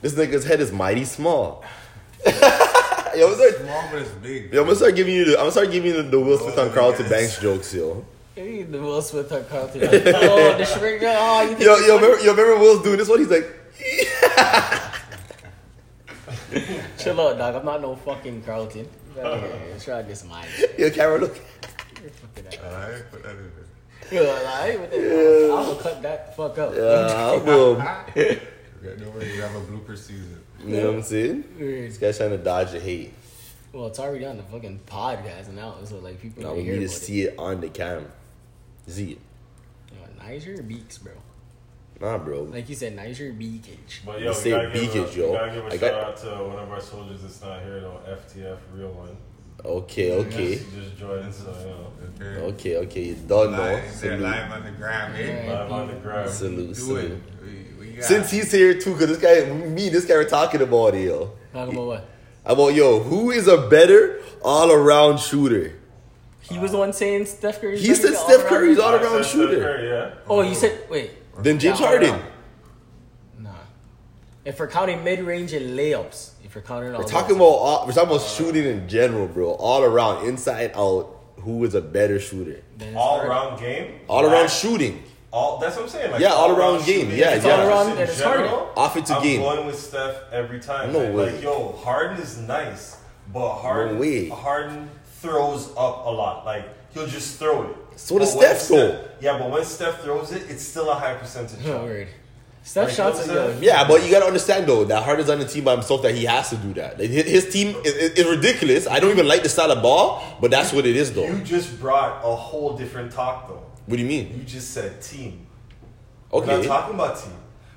[SPEAKER 1] This nigga's head is mighty small. yo, I'm gonna start,
[SPEAKER 3] Small, but it's big.
[SPEAKER 1] yo, I'm gonna start giving you the, I'm gonna start giving you the, the Will Smith on Carlton
[SPEAKER 3] Yes.
[SPEAKER 1] Banks jokes, yo.
[SPEAKER 2] Hey, the Will Smith or Carlton. Like, oh, the shrink. Oh, you think
[SPEAKER 1] Yo,
[SPEAKER 2] it's
[SPEAKER 1] yo,
[SPEAKER 2] funny?
[SPEAKER 1] remember, yo, remember Will's doing this one? He's like,
[SPEAKER 2] Chill out, dog. I'm not no fucking Carlton. Yeah, Try this mind.
[SPEAKER 1] yo, camera, look.
[SPEAKER 3] Alright, put that in there.
[SPEAKER 2] You're like, what the fuck? I'm gonna cut that the fuck up.
[SPEAKER 1] Yeah, I will.
[SPEAKER 3] We got nowhere. You have a blooper season.
[SPEAKER 1] You know what I'm saying? This
[SPEAKER 2] Weird.
[SPEAKER 1] guy's trying to dodge the hate.
[SPEAKER 2] Well, it's already on the fucking podcast and out, so like people
[SPEAKER 1] Now
[SPEAKER 2] don't
[SPEAKER 1] we
[SPEAKER 2] hear
[SPEAKER 1] need to
[SPEAKER 2] about it.
[SPEAKER 1] see it on the cam. See it.
[SPEAKER 2] Yo, Niger beaks, bro.
[SPEAKER 1] Nah, bro.
[SPEAKER 2] Like you said, Niger beakage.
[SPEAKER 5] But
[SPEAKER 1] You
[SPEAKER 5] yo,
[SPEAKER 1] say
[SPEAKER 5] we gotta, give
[SPEAKER 1] beacons,
[SPEAKER 5] a,
[SPEAKER 1] yo.
[SPEAKER 5] we gotta give a
[SPEAKER 1] I got-
[SPEAKER 5] shout out to one of our soldiers that's not here though, FTF, real one.
[SPEAKER 1] Okay, okay.
[SPEAKER 5] She just joined, so you know.
[SPEAKER 3] Okay.
[SPEAKER 1] Okay, okay. You don't know.
[SPEAKER 3] Live, they're
[SPEAKER 1] Oh, Salute.
[SPEAKER 3] live on the gram, eh?
[SPEAKER 2] Yeah.
[SPEAKER 5] Live on the grab.
[SPEAKER 1] Salute,
[SPEAKER 3] Do it.
[SPEAKER 1] salute.
[SPEAKER 3] We, we Yeah.
[SPEAKER 1] Since he's here too, cause this guy, me, this guy were talking about it, yo.
[SPEAKER 2] Talking about what?
[SPEAKER 1] About yo, who is a better all around shooter?
[SPEAKER 2] He was the one saying Steph Curry.
[SPEAKER 1] Uh, He said Steph Curry's all
[SPEAKER 5] I
[SPEAKER 1] around
[SPEAKER 5] said Steph
[SPEAKER 1] shooter.
[SPEAKER 5] Curry, yeah.
[SPEAKER 2] Oh, you said wait.
[SPEAKER 1] Then James
[SPEAKER 2] Yeah,
[SPEAKER 1] Harden.
[SPEAKER 2] all-around. Nah. If we're counting mid range and layups, if we're counting all
[SPEAKER 1] We're talking about all, we're talking about shooting in general, bro. All around, inside out. Who is a better shooter?
[SPEAKER 5] All around game.
[SPEAKER 1] All around
[SPEAKER 5] Lack-
[SPEAKER 1] shooting,
[SPEAKER 5] All that's what I'm saying. Like,
[SPEAKER 1] Yeah, all around game,
[SPEAKER 5] shooting,
[SPEAKER 1] yeah,
[SPEAKER 5] just
[SPEAKER 1] yeah.
[SPEAKER 2] All around
[SPEAKER 5] in
[SPEAKER 2] and it's
[SPEAKER 5] general,
[SPEAKER 2] Harden.
[SPEAKER 1] Offensive
[SPEAKER 5] I'm
[SPEAKER 1] game.
[SPEAKER 5] going with Steph every time.
[SPEAKER 1] No
[SPEAKER 5] man.
[SPEAKER 1] way.
[SPEAKER 5] Like yo, Harden is nice, but Harden
[SPEAKER 1] No way.
[SPEAKER 5] Harden throws up a lot. Like he'll just throw it.
[SPEAKER 1] So does
[SPEAKER 5] But when
[SPEAKER 1] Steph though.
[SPEAKER 5] Yeah, but when Steph throws it, it's still a high percentage.
[SPEAKER 2] No
[SPEAKER 5] shot.
[SPEAKER 2] word. Steph
[SPEAKER 5] Like,
[SPEAKER 2] shots
[SPEAKER 5] those
[SPEAKER 2] are
[SPEAKER 5] are-
[SPEAKER 2] good.
[SPEAKER 1] Yeah, but you gotta understand though that Harden's on the team by himself that he has to do that. Like, his, his team is, is, is ridiculous. I don't even like the style of ball, but that's what it is though.
[SPEAKER 5] You just brought a whole different talk though.
[SPEAKER 1] What do you mean?
[SPEAKER 5] You just said team. We're not
[SPEAKER 1] Okay,
[SPEAKER 5] talking about team.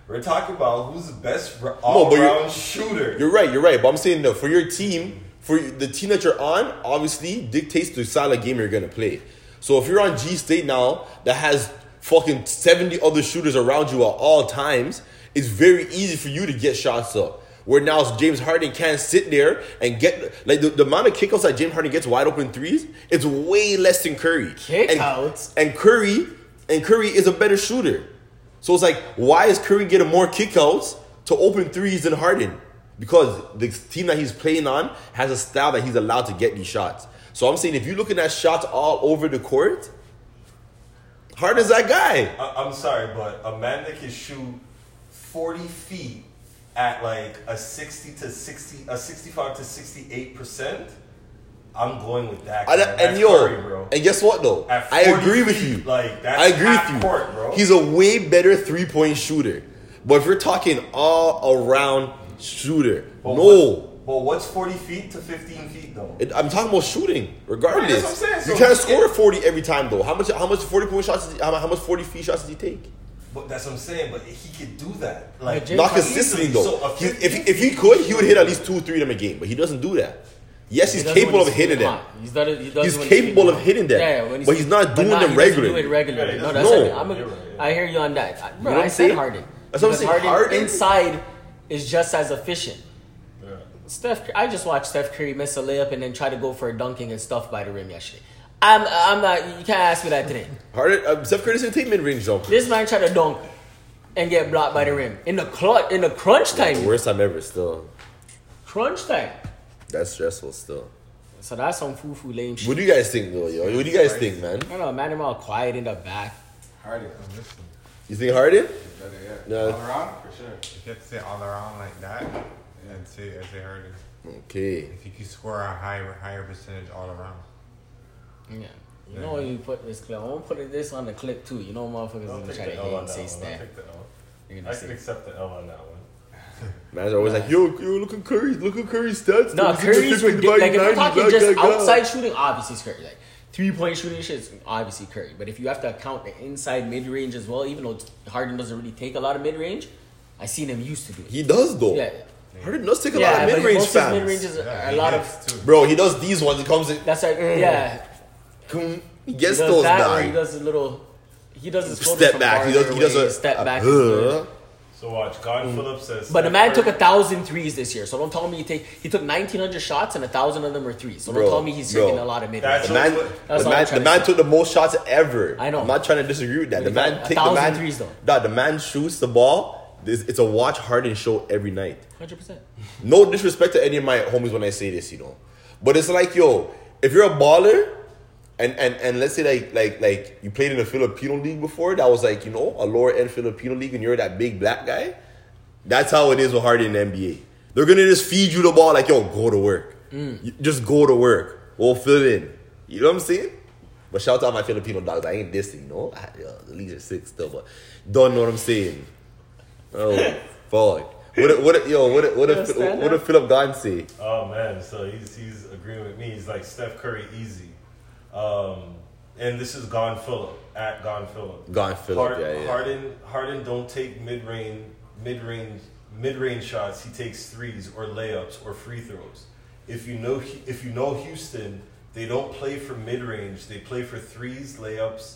[SPEAKER 5] We're talking about who's the best r-
[SPEAKER 1] No,
[SPEAKER 5] all
[SPEAKER 1] but you're-
[SPEAKER 5] around shooter.
[SPEAKER 1] you're right. You're right. But I'm saying though, for your team, for the team that you're on, obviously dictates the style of game you're gonna play. So if you're on G State now that has fucking seventy other shooters around you at all times, it's very easy for you to get shots up. Where now James Harden can't sit there and get like the, the amount of kickoffs that James Harden gets wide open threes, it's way less than Curry.
[SPEAKER 2] Kickouts?
[SPEAKER 1] And, and Curry and Curry is a better shooter. So it's like, why is Curry getting more kickouts to open threes than Harden? Because the team that he's playing on has a style that he's allowed to get these shots. So I'm saying if you're looking at shots all over the court, Harden's that guy.
[SPEAKER 5] I, I'm sorry, but a man that can shoot 40 feet at like a 60 to 60, a 65 to 68 percent, I'm going with that.
[SPEAKER 1] I,
[SPEAKER 5] guy.
[SPEAKER 1] and
[SPEAKER 5] That's
[SPEAKER 1] yo,
[SPEAKER 5] Curry, bro.
[SPEAKER 1] and guess what though?
[SPEAKER 5] At
[SPEAKER 1] I
[SPEAKER 5] 40
[SPEAKER 1] agree with you.
[SPEAKER 5] feet, like, that's
[SPEAKER 1] I agree
[SPEAKER 5] half
[SPEAKER 1] with you.
[SPEAKER 5] court, bro.
[SPEAKER 1] He's a way better three point shooter. But if you're talking all around shooter,
[SPEAKER 5] But
[SPEAKER 1] no.
[SPEAKER 5] what's- but what's 40 feet to 15 feet though?
[SPEAKER 1] It- I'm talking about shooting, regardless.
[SPEAKER 5] Right, that's what I'm saying.
[SPEAKER 1] you
[SPEAKER 5] So-
[SPEAKER 1] can't score 40 every time, though. How much? How much 40 point shots? Does he, how, mu- how much 40 feet shots does he take?
[SPEAKER 5] But that's what I'm saying. But he could do that. Like
[SPEAKER 2] James
[SPEAKER 1] Not
[SPEAKER 2] Harden-
[SPEAKER 1] consistently,
[SPEAKER 5] easily.
[SPEAKER 1] though.
[SPEAKER 5] So a
[SPEAKER 1] He- if
[SPEAKER 5] 50
[SPEAKER 1] if he could, he would hit at least two, three of them a game, but he doesn't do that. Yes, he's
[SPEAKER 2] He does it
[SPEAKER 1] capable
[SPEAKER 2] when
[SPEAKER 1] of hitting
[SPEAKER 2] feeling
[SPEAKER 1] them.
[SPEAKER 2] hot. He's, done it- he does
[SPEAKER 1] He's
[SPEAKER 2] it when
[SPEAKER 1] capable
[SPEAKER 2] feeling
[SPEAKER 1] of
[SPEAKER 2] hot.
[SPEAKER 1] hitting that,
[SPEAKER 2] Yeah, when
[SPEAKER 1] but he's not
[SPEAKER 2] but
[SPEAKER 1] doing
[SPEAKER 2] nah,
[SPEAKER 1] them
[SPEAKER 2] he doesn't
[SPEAKER 1] regularly.
[SPEAKER 2] Do it regularly.
[SPEAKER 5] Yeah, he
[SPEAKER 2] no,
[SPEAKER 5] doesn't
[SPEAKER 2] that's
[SPEAKER 1] do
[SPEAKER 2] what
[SPEAKER 1] it.
[SPEAKER 2] I mean. I'm
[SPEAKER 5] You're
[SPEAKER 2] a,
[SPEAKER 5] right, yeah.
[SPEAKER 2] I hear you on that. I, bro,
[SPEAKER 1] know what
[SPEAKER 2] I
[SPEAKER 1] I'm
[SPEAKER 2] said
[SPEAKER 1] saying?
[SPEAKER 2] Harden.
[SPEAKER 1] That's what I'm
[SPEAKER 2] Because
[SPEAKER 1] saying.
[SPEAKER 2] Harden,
[SPEAKER 1] Harden-
[SPEAKER 2] inside is just as efficient. Steph, I just watched Steph Curry miss a layup and then try to go for a dunking and stuff by the rim yesterday. I'm, I'm not. You can't ask me that today.
[SPEAKER 1] Harden, uh, Steph Curry doesn't take mid range jumper.
[SPEAKER 2] This man tried to dunk and get blocked by the rim in the clutch in the crunch time.
[SPEAKER 1] Worst time ever. Still,
[SPEAKER 2] crunch time.
[SPEAKER 1] that's stressful. Still,
[SPEAKER 2] So that's some foo foo lame shit.
[SPEAKER 1] what do you guys think, though? Yo, what do you guys think, man?
[SPEAKER 2] I don't know, man. I'm all quiet in the back.
[SPEAKER 3] Hardy, I'm listening.
[SPEAKER 1] You think Harden?
[SPEAKER 3] Better yet.
[SPEAKER 1] No.
[SPEAKER 3] All around, for sure. If you have to say all around like that, and say as they heard it,
[SPEAKER 1] Okay.
[SPEAKER 3] if you could score a higher higher percentage all around.
[SPEAKER 2] Yeah. You know when you put this clip, I'm gonna put it- this on the clip too. You know motherfuckers
[SPEAKER 5] I'll
[SPEAKER 2] gonna
[SPEAKER 5] take
[SPEAKER 2] try to
[SPEAKER 5] the
[SPEAKER 2] hate
[SPEAKER 5] L on
[SPEAKER 2] and
[SPEAKER 5] that
[SPEAKER 2] say
[SPEAKER 5] one. I'll
[SPEAKER 2] Steph.
[SPEAKER 5] take the L.
[SPEAKER 2] You're
[SPEAKER 5] I
[SPEAKER 2] gonna
[SPEAKER 5] can
[SPEAKER 2] say
[SPEAKER 5] accept the L on that one.
[SPEAKER 1] Man's always like, yo, yo, look at Curry, look at Curry stats.
[SPEAKER 2] No,
[SPEAKER 1] dude. He's
[SPEAKER 2] Curry's
[SPEAKER 1] just
[SPEAKER 2] ridiculous. Like if we're
[SPEAKER 1] 90,
[SPEAKER 2] talking
[SPEAKER 1] blah,
[SPEAKER 2] just
[SPEAKER 1] blah, blah.
[SPEAKER 2] outside shooting, obviously it's Curry. Like three point shooting shit is obviously Curry. But if you have to account the inside mid range as well, even though Harden doesn't really take a lot of mid range, I seen him used to do it.
[SPEAKER 1] He does though.
[SPEAKER 2] Yeah.
[SPEAKER 1] Harden does take a
[SPEAKER 2] yeah,
[SPEAKER 1] lot of
[SPEAKER 2] but
[SPEAKER 1] mid range
[SPEAKER 2] most of his mid
[SPEAKER 1] fans.
[SPEAKER 2] ranges
[SPEAKER 3] Yeah,
[SPEAKER 2] are a
[SPEAKER 3] he
[SPEAKER 2] lot
[SPEAKER 3] hits,
[SPEAKER 2] of.
[SPEAKER 3] too.
[SPEAKER 1] Bro, he does these ones. He comes in.
[SPEAKER 2] That's like yeah.
[SPEAKER 1] Boom, He
[SPEAKER 2] He
[SPEAKER 1] gets
[SPEAKER 2] does
[SPEAKER 1] those
[SPEAKER 2] that, or he
[SPEAKER 1] nine.
[SPEAKER 2] does a little. He does his shoulders
[SPEAKER 1] Step
[SPEAKER 2] from
[SPEAKER 1] back. He
[SPEAKER 2] farther
[SPEAKER 1] does. He does
[SPEAKER 2] away,
[SPEAKER 1] a
[SPEAKER 2] step
[SPEAKER 1] a-
[SPEAKER 2] back.
[SPEAKER 1] uh,
[SPEAKER 5] So watch, God Phillips says.
[SPEAKER 2] But the
[SPEAKER 5] Steph
[SPEAKER 2] man took
[SPEAKER 5] Curry-
[SPEAKER 2] a thousand threes this year, so don't tell me he take he took nineteen hundred shots and a thousand of them were threes. So don't
[SPEAKER 1] Bro,
[SPEAKER 2] tell me he's
[SPEAKER 1] bro.
[SPEAKER 2] taking a lot of mid
[SPEAKER 5] That's
[SPEAKER 1] The
[SPEAKER 5] So
[SPEAKER 2] range.
[SPEAKER 1] man,
[SPEAKER 2] That's
[SPEAKER 1] the
[SPEAKER 2] all
[SPEAKER 1] man,
[SPEAKER 2] I'm trying
[SPEAKER 1] the
[SPEAKER 2] to
[SPEAKER 1] man
[SPEAKER 2] say.
[SPEAKER 1] took the most shots ever.
[SPEAKER 2] I know.
[SPEAKER 1] I'm not trying to disagree with that. The
[SPEAKER 2] But he got
[SPEAKER 1] man
[SPEAKER 2] a
[SPEAKER 1] take the
[SPEAKER 2] thousand
[SPEAKER 1] man
[SPEAKER 2] threes, though.
[SPEAKER 1] Nah, the man shoots the ball. This, it's a watch Harden show every night.
[SPEAKER 2] Hundred percent.
[SPEAKER 1] No disrespect to any of my homies when I say this, you know. But it's like, yo, if you're a baller, and and and let's say like like like you played in the Filipino league before, that was like you know a lower end Filipino league, and you're that big black guy. That's how it is with Harden in the NBA. They're gonna just feed you the ball, like yo, go to work, You- just go to work. We'll fill in. You know what I'm saying? But shout out my Filipino dogs. I ain't dissing, you know. I, yo, the leagues are sick still, but don't know what I'm saying. Oh fuck! What a, what a, yo? What a, what
[SPEAKER 2] Yo,
[SPEAKER 1] a,
[SPEAKER 2] stand
[SPEAKER 1] what a
[SPEAKER 2] up.
[SPEAKER 1] Philip Gon say?
[SPEAKER 5] Oh man, so he's he's agreeing with me. He's like Steph Curry, easy. Um, and this is Gon Phillip at Gon Phillip.
[SPEAKER 1] Gon Phillip,
[SPEAKER 5] Hard-
[SPEAKER 1] yeah, yeah.
[SPEAKER 5] Harden Harden don't take mid range mid range mid range shots. He takes threes or layups or free throws. If you know if you know Houston, they don't play for mid range. They play for threes, layups,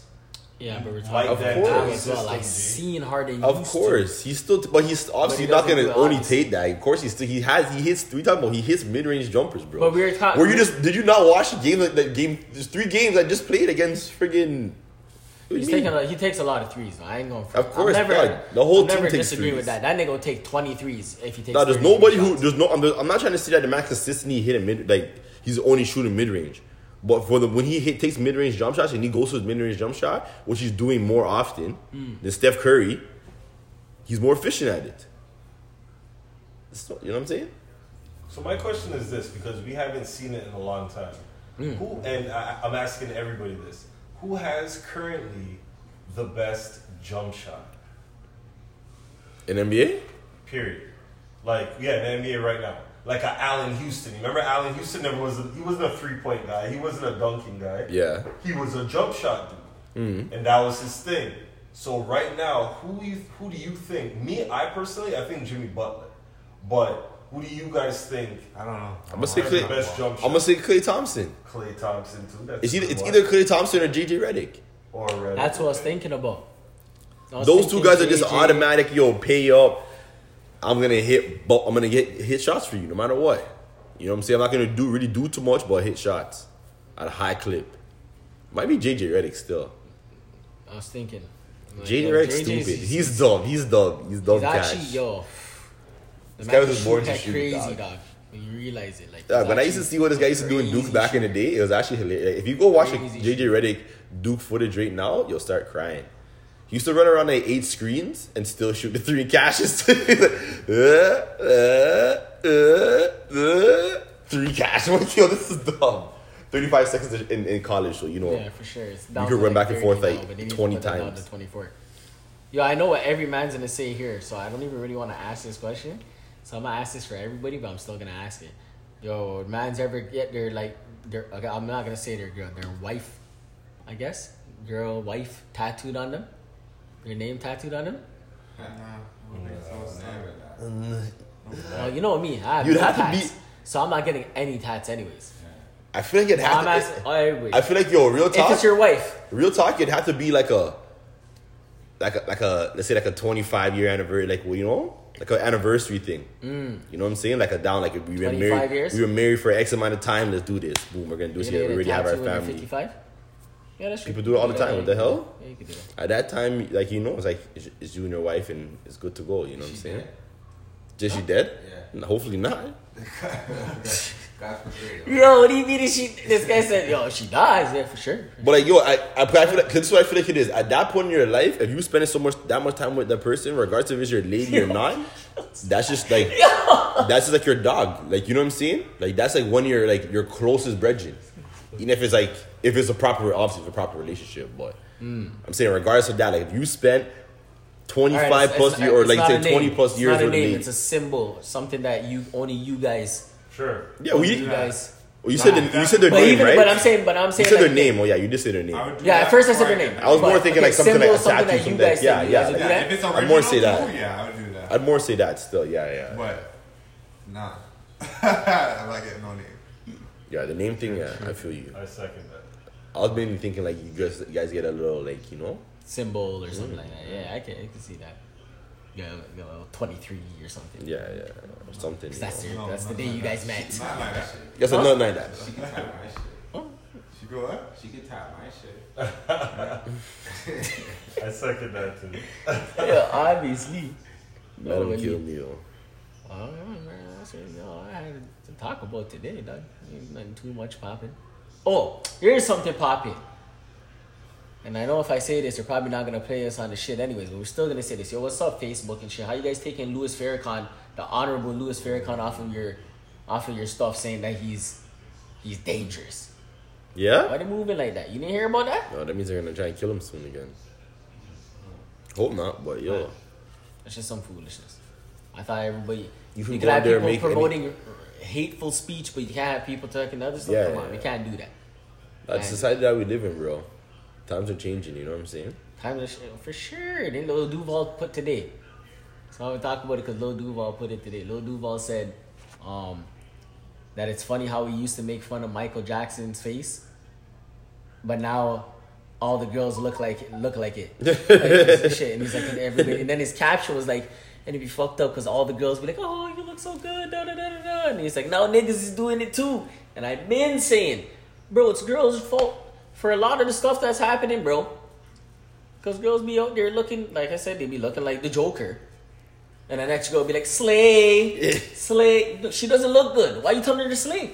[SPEAKER 2] Yeah, but we're talking
[SPEAKER 5] Like
[SPEAKER 2] about
[SPEAKER 1] that
[SPEAKER 2] now
[SPEAKER 1] damn
[SPEAKER 2] as well.
[SPEAKER 5] system,
[SPEAKER 2] Like
[SPEAKER 5] G.
[SPEAKER 2] seeing Harden.
[SPEAKER 1] Of
[SPEAKER 2] used to-
[SPEAKER 1] course, he's still, but he's obviously
[SPEAKER 2] he
[SPEAKER 1] not
[SPEAKER 2] doesn't
[SPEAKER 1] gonna
[SPEAKER 2] do it
[SPEAKER 1] only
[SPEAKER 2] honest.
[SPEAKER 1] take that. Of course, he's still he has he hits three times. Well, he hits mid range jumpers, bro.
[SPEAKER 2] But we were talking-
[SPEAKER 1] Were you just did you not watch the game? Like that game, there's three games I just played against friggin'. what do you
[SPEAKER 2] He's
[SPEAKER 1] mean?
[SPEAKER 2] taking a, he takes a lot of threes. though. I ain't going.
[SPEAKER 1] Of course, dog. The whole
[SPEAKER 2] I'm
[SPEAKER 1] team
[SPEAKER 2] never
[SPEAKER 1] takes
[SPEAKER 2] disagree with
[SPEAKER 1] threes.
[SPEAKER 2] that. That nigga will take 20 threes if he takes.
[SPEAKER 1] Nah, there's
[SPEAKER 2] 30
[SPEAKER 1] nobody who
[SPEAKER 2] shots.
[SPEAKER 1] there's no. I'm, I'm not trying to say that the max consistently hit a mid like he's only shooting mid range, but for the when he hit takes mid range jump shots and he goes to his mid range jump shot, which he's doing more often
[SPEAKER 5] Hmm.
[SPEAKER 1] than Steph Curry, he's more efficient at it. It's not- you know what I'm saying?
[SPEAKER 5] So my question is this, because we haven't seen it in a long time.
[SPEAKER 1] Mm.
[SPEAKER 5] Who and I, I'm asking everybody this: Who has currently the best jump shot?
[SPEAKER 1] In NBA,
[SPEAKER 5] Period. Like yeah, in the NBA right now, like a Allen Houston. Remember Allen Houston never was. he wasn't a three point guy. He wasn't a dunking guy.
[SPEAKER 1] yeah, Mm-hmm.
[SPEAKER 5] He was a jump shot dude, and that was his thing. So right now, who you, who do you think? Me, I personally, I think Jimmy Butler. But who do you guys think
[SPEAKER 3] I don't know. I'm
[SPEAKER 1] gonna say
[SPEAKER 5] has
[SPEAKER 1] Clay-
[SPEAKER 5] the best jump
[SPEAKER 1] I'm
[SPEAKER 5] shot?
[SPEAKER 1] gonna say Clay Thompson.
[SPEAKER 5] Clay Thompson too. That's
[SPEAKER 1] It's either
[SPEAKER 5] a
[SPEAKER 1] it's
[SPEAKER 5] good
[SPEAKER 1] either
[SPEAKER 5] one.
[SPEAKER 1] Clay Thompson or JJ Redick.
[SPEAKER 5] or Reddit.
[SPEAKER 2] That's what I was thinking about. I was
[SPEAKER 1] Those two
[SPEAKER 2] thinking
[SPEAKER 1] guys are just
[SPEAKER 2] JJ.
[SPEAKER 1] automatic. Yo, pay up. I'm gonna hit. But I'm gonna get hit shots for you, no matter what. You know what I'm saying? I'm not gonna do really do too much, but hit shots at a high clip. Might be JJ Redick still.
[SPEAKER 2] I was thinking. like,
[SPEAKER 1] JJ
[SPEAKER 2] yo,
[SPEAKER 1] Redick
[SPEAKER 2] JJ's
[SPEAKER 1] stupid. He's, dumb. He's dumb. He's dumb.
[SPEAKER 2] He's
[SPEAKER 1] cash.
[SPEAKER 2] actually yo. The
[SPEAKER 1] This guy was
[SPEAKER 2] man
[SPEAKER 1] just born
[SPEAKER 2] shoot
[SPEAKER 1] to
[SPEAKER 2] that
[SPEAKER 1] shoot,
[SPEAKER 2] crazy,
[SPEAKER 1] dog.
[SPEAKER 2] dog. When you realize it, like
[SPEAKER 1] Yeah,
[SPEAKER 2] he's
[SPEAKER 1] Uh, when I used to
[SPEAKER 2] actually
[SPEAKER 1] see what this guy used to do in Duke
[SPEAKER 2] crazy
[SPEAKER 1] back in the
[SPEAKER 2] shooter.
[SPEAKER 1] day, it was actually hilarious. Like, if you go watch the
[SPEAKER 2] Crazy
[SPEAKER 1] JJ Redick Duke footage right now, you'll start crying. He used to run around like eight screens and still shoot the three caches. He's like, uh, uh, uh, uh, three cash. I'm like, yo, this is dumb. 35 seconds in, in college, so you know.
[SPEAKER 2] Yeah, for sure. It's down
[SPEAKER 1] could
[SPEAKER 2] to,
[SPEAKER 1] run
[SPEAKER 2] like,
[SPEAKER 1] back and
[SPEAKER 2] 30
[SPEAKER 1] forth,
[SPEAKER 2] now,
[SPEAKER 1] like,
[SPEAKER 2] but they need to
[SPEAKER 1] 20
[SPEAKER 2] put that down
[SPEAKER 1] times.
[SPEAKER 2] to 24. Yo, I know what every man's gonna say here, so I don't even really want to ask this question. So I'm gonna ask this for everybody, but I'm still gonna ask it. Yo, man's ever get their like their okay, I'm not gonna say their girl, their wife, I guess, girl wife tattooed on them, their name tattooed on them. Well, you know me, I have
[SPEAKER 1] You'd
[SPEAKER 2] no
[SPEAKER 1] have to
[SPEAKER 2] tats,
[SPEAKER 1] be-
[SPEAKER 2] so I'm not getting any tats anyways.
[SPEAKER 1] I feel like it'd have
[SPEAKER 2] I'm
[SPEAKER 1] to.
[SPEAKER 2] asking oh, everybody.
[SPEAKER 1] I feel like yo, real
[SPEAKER 2] if
[SPEAKER 1] talk.
[SPEAKER 2] it's your wife,
[SPEAKER 1] Real talk, it'd have to be like a, like a like a let's say like a twenty five year anniversary, like well, you know, like an anniversary thing. Mm. You know what I'm saying? Like a down, like if we were
[SPEAKER 2] 25
[SPEAKER 1] married,
[SPEAKER 2] years?
[SPEAKER 1] we were married for X amount of time. Let's do this. Boom, we're gonna do this.
[SPEAKER 2] you're
[SPEAKER 1] Yeah,
[SPEAKER 2] gonna
[SPEAKER 1] we
[SPEAKER 2] get a
[SPEAKER 1] already have our
[SPEAKER 2] tattoo when you're
[SPEAKER 1] family.
[SPEAKER 2] 55? Yeah, that's true.
[SPEAKER 1] People do it all the
[SPEAKER 2] Yeah,
[SPEAKER 1] time.
[SPEAKER 2] yeah,
[SPEAKER 1] What the
[SPEAKER 2] you could do
[SPEAKER 1] hell?
[SPEAKER 2] that. Yeah, you could do that.
[SPEAKER 1] At that time, like you know, it's like it's, it's you and your wife, and it's good to go. You know what I'm saying? Just she dead?
[SPEAKER 3] Yeah.
[SPEAKER 1] No, hopefully not.
[SPEAKER 3] God forbid.
[SPEAKER 2] Yo, what do you mean? if She, this guy said, yo, if she dies, yeah, for sure.
[SPEAKER 1] But like yo, I, I, I feel like 'cause this is what I feel like it is. At that point in your life, if you spending so much that much time with that person, regardless if it's your lady or not, that's just like that's just like your dog. Like you know what I'm saying? Like that's like one of your like your closest brethren. Even if it's like if it's a proper obviously it's a proper relationship, but
[SPEAKER 2] Mm.
[SPEAKER 1] I'm saying regardless of that, like if you spent twenty
[SPEAKER 2] All right,
[SPEAKER 1] five
[SPEAKER 2] it's-
[SPEAKER 1] plus
[SPEAKER 2] it's-
[SPEAKER 1] year or
[SPEAKER 2] it's
[SPEAKER 1] like
[SPEAKER 2] not a
[SPEAKER 1] say
[SPEAKER 2] name.
[SPEAKER 1] twenty plus
[SPEAKER 2] It's
[SPEAKER 1] years
[SPEAKER 2] not a
[SPEAKER 1] with a
[SPEAKER 2] name.
[SPEAKER 1] lady.
[SPEAKER 2] It's a symbol, something that you only you guys.
[SPEAKER 5] Sure.
[SPEAKER 1] yeah, we,
[SPEAKER 2] you guys.
[SPEAKER 1] well, you said the, you said their
[SPEAKER 2] But
[SPEAKER 1] name,
[SPEAKER 2] even,
[SPEAKER 1] right?
[SPEAKER 2] but I'm saying, but I'm
[SPEAKER 1] you
[SPEAKER 2] saying,
[SPEAKER 1] said their
[SPEAKER 2] like,
[SPEAKER 1] name. Oh yeah, you did say their name.
[SPEAKER 3] I would do
[SPEAKER 2] Yeah,
[SPEAKER 3] that
[SPEAKER 2] at first I said
[SPEAKER 3] before
[SPEAKER 2] her name.
[SPEAKER 1] I was more
[SPEAKER 2] But,
[SPEAKER 1] thinking like something
[SPEAKER 2] symbol,
[SPEAKER 1] like a
[SPEAKER 2] something
[SPEAKER 1] tattoo,
[SPEAKER 2] that you
[SPEAKER 1] something like-
[SPEAKER 2] guys
[SPEAKER 1] yeah,
[SPEAKER 2] think.
[SPEAKER 1] yeah,
[SPEAKER 2] You guys would
[SPEAKER 1] yeah.
[SPEAKER 2] do
[SPEAKER 3] Yeah,
[SPEAKER 2] that?
[SPEAKER 3] if it's
[SPEAKER 1] I'd
[SPEAKER 3] original,
[SPEAKER 1] more say that.
[SPEAKER 3] too, yeah, I would do that.
[SPEAKER 1] I'd more say that still. Yeah, yeah.
[SPEAKER 3] but nah, I like it. No name.
[SPEAKER 1] Yeah, the name thing, yeah, I feel you.
[SPEAKER 5] I second that.
[SPEAKER 1] I was mainly thinking like you guys, you guys get a little like you know,
[SPEAKER 2] symbol or something like that. Yeah, I can, I can see that. Yeah, you know, 23 or something.
[SPEAKER 1] yeah, Oh, yeah, or something. You
[SPEAKER 2] 'Cause
[SPEAKER 1] know.
[SPEAKER 2] That's,
[SPEAKER 3] No,
[SPEAKER 2] your, that's the
[SPEAKER 3] not
[SPEAKER 2] day
[SPEAKER 3] like
[SPEAKER 2] you guys met.
[SPEAKER 3] Not like that.
[SPEAKER 1] Yes,
[SPEAKER 2] Huh?
[SPEAKER 1] no, not that.
[SPEAKER 7] She can tie my shit.
[SPEAKER 1] Oh.
[SPEAKER 3] She go up.
[SPEAKER 7] She can tie my shit.
[SPEAKER 5] I second that too.
[SPEAKER 2] yeah, obviously.
[SPEAKER 1] Let him
[SPEAKER 2] when
[SPEAKER 1] kill
[SPEAKER 2] you-
[SPEAKER 1] me. yo.
[SPEAKER 2] Oh, man, that's what you know, I had to talk about today, dog. Ain't nothing too much popping. Oh, here's something popping. And I know if I say this, you're probably not gonna play us on the shit anyways, but we're still gonna say this. Yo, what's up, Facebook and shit? How you guys taking Louis Farrakhan, the honorable Louis Farrakhan, off of your, off of your stuff, saying that he's, he's dangerous? Why
[SPEAKER 1] Yeah.
[SPEAKER 2] they moving like that? You didn't hear about that?
[SPEAKER 1] No, that means they're gonna try and kill him soon again. Hope not, but yo,
[SPEAKER 2] That's just some foolishness. I thought everybody
[SPEAKER 1] You
[SPEAKER 2] you,
[SPEAKER 1] can
[SPEAKER 2] could
[SPEAKER 1] go
[SPEAKER 2] have
[SPEAKER 1] there
[SPEAKER 2] people
[SPEAKER 1] and make any-
[SPEAKER 2] promoting hateful speech, but you can't have people talking other stuff.
[SPEAKER 1] Yeah,
[SPEAKER 2] Come
[SPEAKER 1] yeah,
[SPEAKER 2] on, we
[SPEAKER 1] yeah.
[SPEAKER 2] can't do that.
[SPEAKER 1] that's the society that we live in, bro. Times are changing. You know what I'm saying?
[SPEAKER 2] Time to sh- for sure. Then Lil Duval put today. So I'm gonna talk about it because Lil Duval put it today. Lil Duval said um, that it's funny how we used to make fun of Michael Jackson's face, but now all the girls look like look like it. Like, this shit. And he's like in every way. And then his caption was like, and it'd be fucked up because all the girls be like, oh, you look so good, da da da da da. And he's like, now niggas is doing it too. And I've been saying, bro, it's girls' fault for a lot of the stuff that's happening, bro. Cause girls be out there looking, like I said, they be looking like the Joker. And the next girl be like, slay, slay. She doesn't look good. Why you telling her to slay?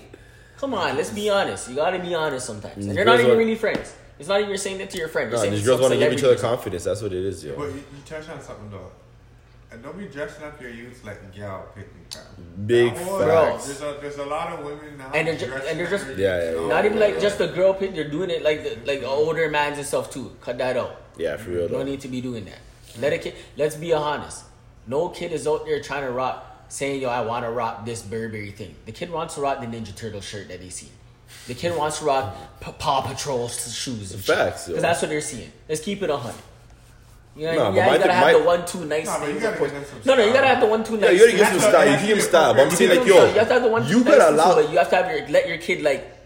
[SPEAKER 2] Come on, let's be honest. You gotta be honest sometimes. And
[SPEAKER 1] These
[SPEAKER 2] they're not
[SPEAKER 1] girls
[SPEAKER 2] even
[SPEAKER 1] are-
[SPEAKER 2] really friends. It's not even you're saying that to your friend. You're
[SPEAKER 1] No,
[SPEAKER 2] saying
[SPEAKER 1] these
[SPEAKER 2] to
[SPEAKER 1] girls
[SPEAKER 2] some
[SPEAKER 1] want to give each other
[SPEAKER 2] celebrity.
[SPEAKER 1] confidence. That's what it is, yo.
[SPEAKER 3] But you, you touched on something though. And don't be dressing up your youth like gal picking time. uh,
[SPEAKER 1] Big
[SPEAKER 2] facts.
[SPEAKER 3] There's a, there's a lot of women now.
[SPEAKER 2] And they're ju-
[SPEAKER 3] dressing
[SPEAKER 2] and they're
[SPEAKER 3] up
[SPEAKER 2] just-
[SPEAKER 3] their
[SPEAKER 1] Yeah,
[SPEAKER 3] youth.
[SPEAKER 1] yeah, yeah.
[SPEAKER 2] Not even like just the girl pic. They're doing it like the, like older mans and stuff too. Cut that out.
[SPEAKER 1] Yeah, for real
[SPEAKER 2] No
[SPEAKER 1] though.
[SPEAKER 2] need to be doing that. Let a kid. Let's be honest. No kid is out there trying to rock, saying yo, I want to rock this Burberry thing. The kid wants to rock the Ninja Turtle shirt that they see. The kid wants to rock P- Paw Patrol s- shoes. And
[SPEAKER 1] Facts, yo.
[SPEAKER 2] Because that's what they're seeing. Let's keep it a hundred. You know,
[SPEAKER 1] Nah,
[SPEAKER 2] yeah,
[SPEAKER 1] but
[SPEAKER 2] you
[SPEAKER 1] my
[SPEAKER 2] gotta
[SPEAKER 1] th-
[SPEAKER 2] have
[SPEAKER 1] my-
[SPEAKER 2] the one two nice
[SPEAKER 3] Nah, but you
[SPEAKER 2] things.
[SPEAKER 3] gotta
[SPEAKER 2] of course.
[SPEAKER 3] give them some
[SPEAKER 2] No, no, you
[SPEAKER 3] style.
[SPEAKER 2] gotta have the one two
[SPEAKER 1] Yeah,
[SPEAKER 2] nice.
[SPEAKER 1] you gotta
[SPEAKER 2] things.
[SPEAKER 1] give some style. You give him style, but I'm saying like,
[SPEAKER 2] you have to have the
[SPEAKER 1] yo,
[SPEAKER 2] one.
[SPEAKER 1] you
[SPEAKER 2] nice
[SPEAKER 1] gotta
[SPEAKER 2] things,
[SPEAKER 1] allow.
[SPEAKER 2] but you have to have your let your kid like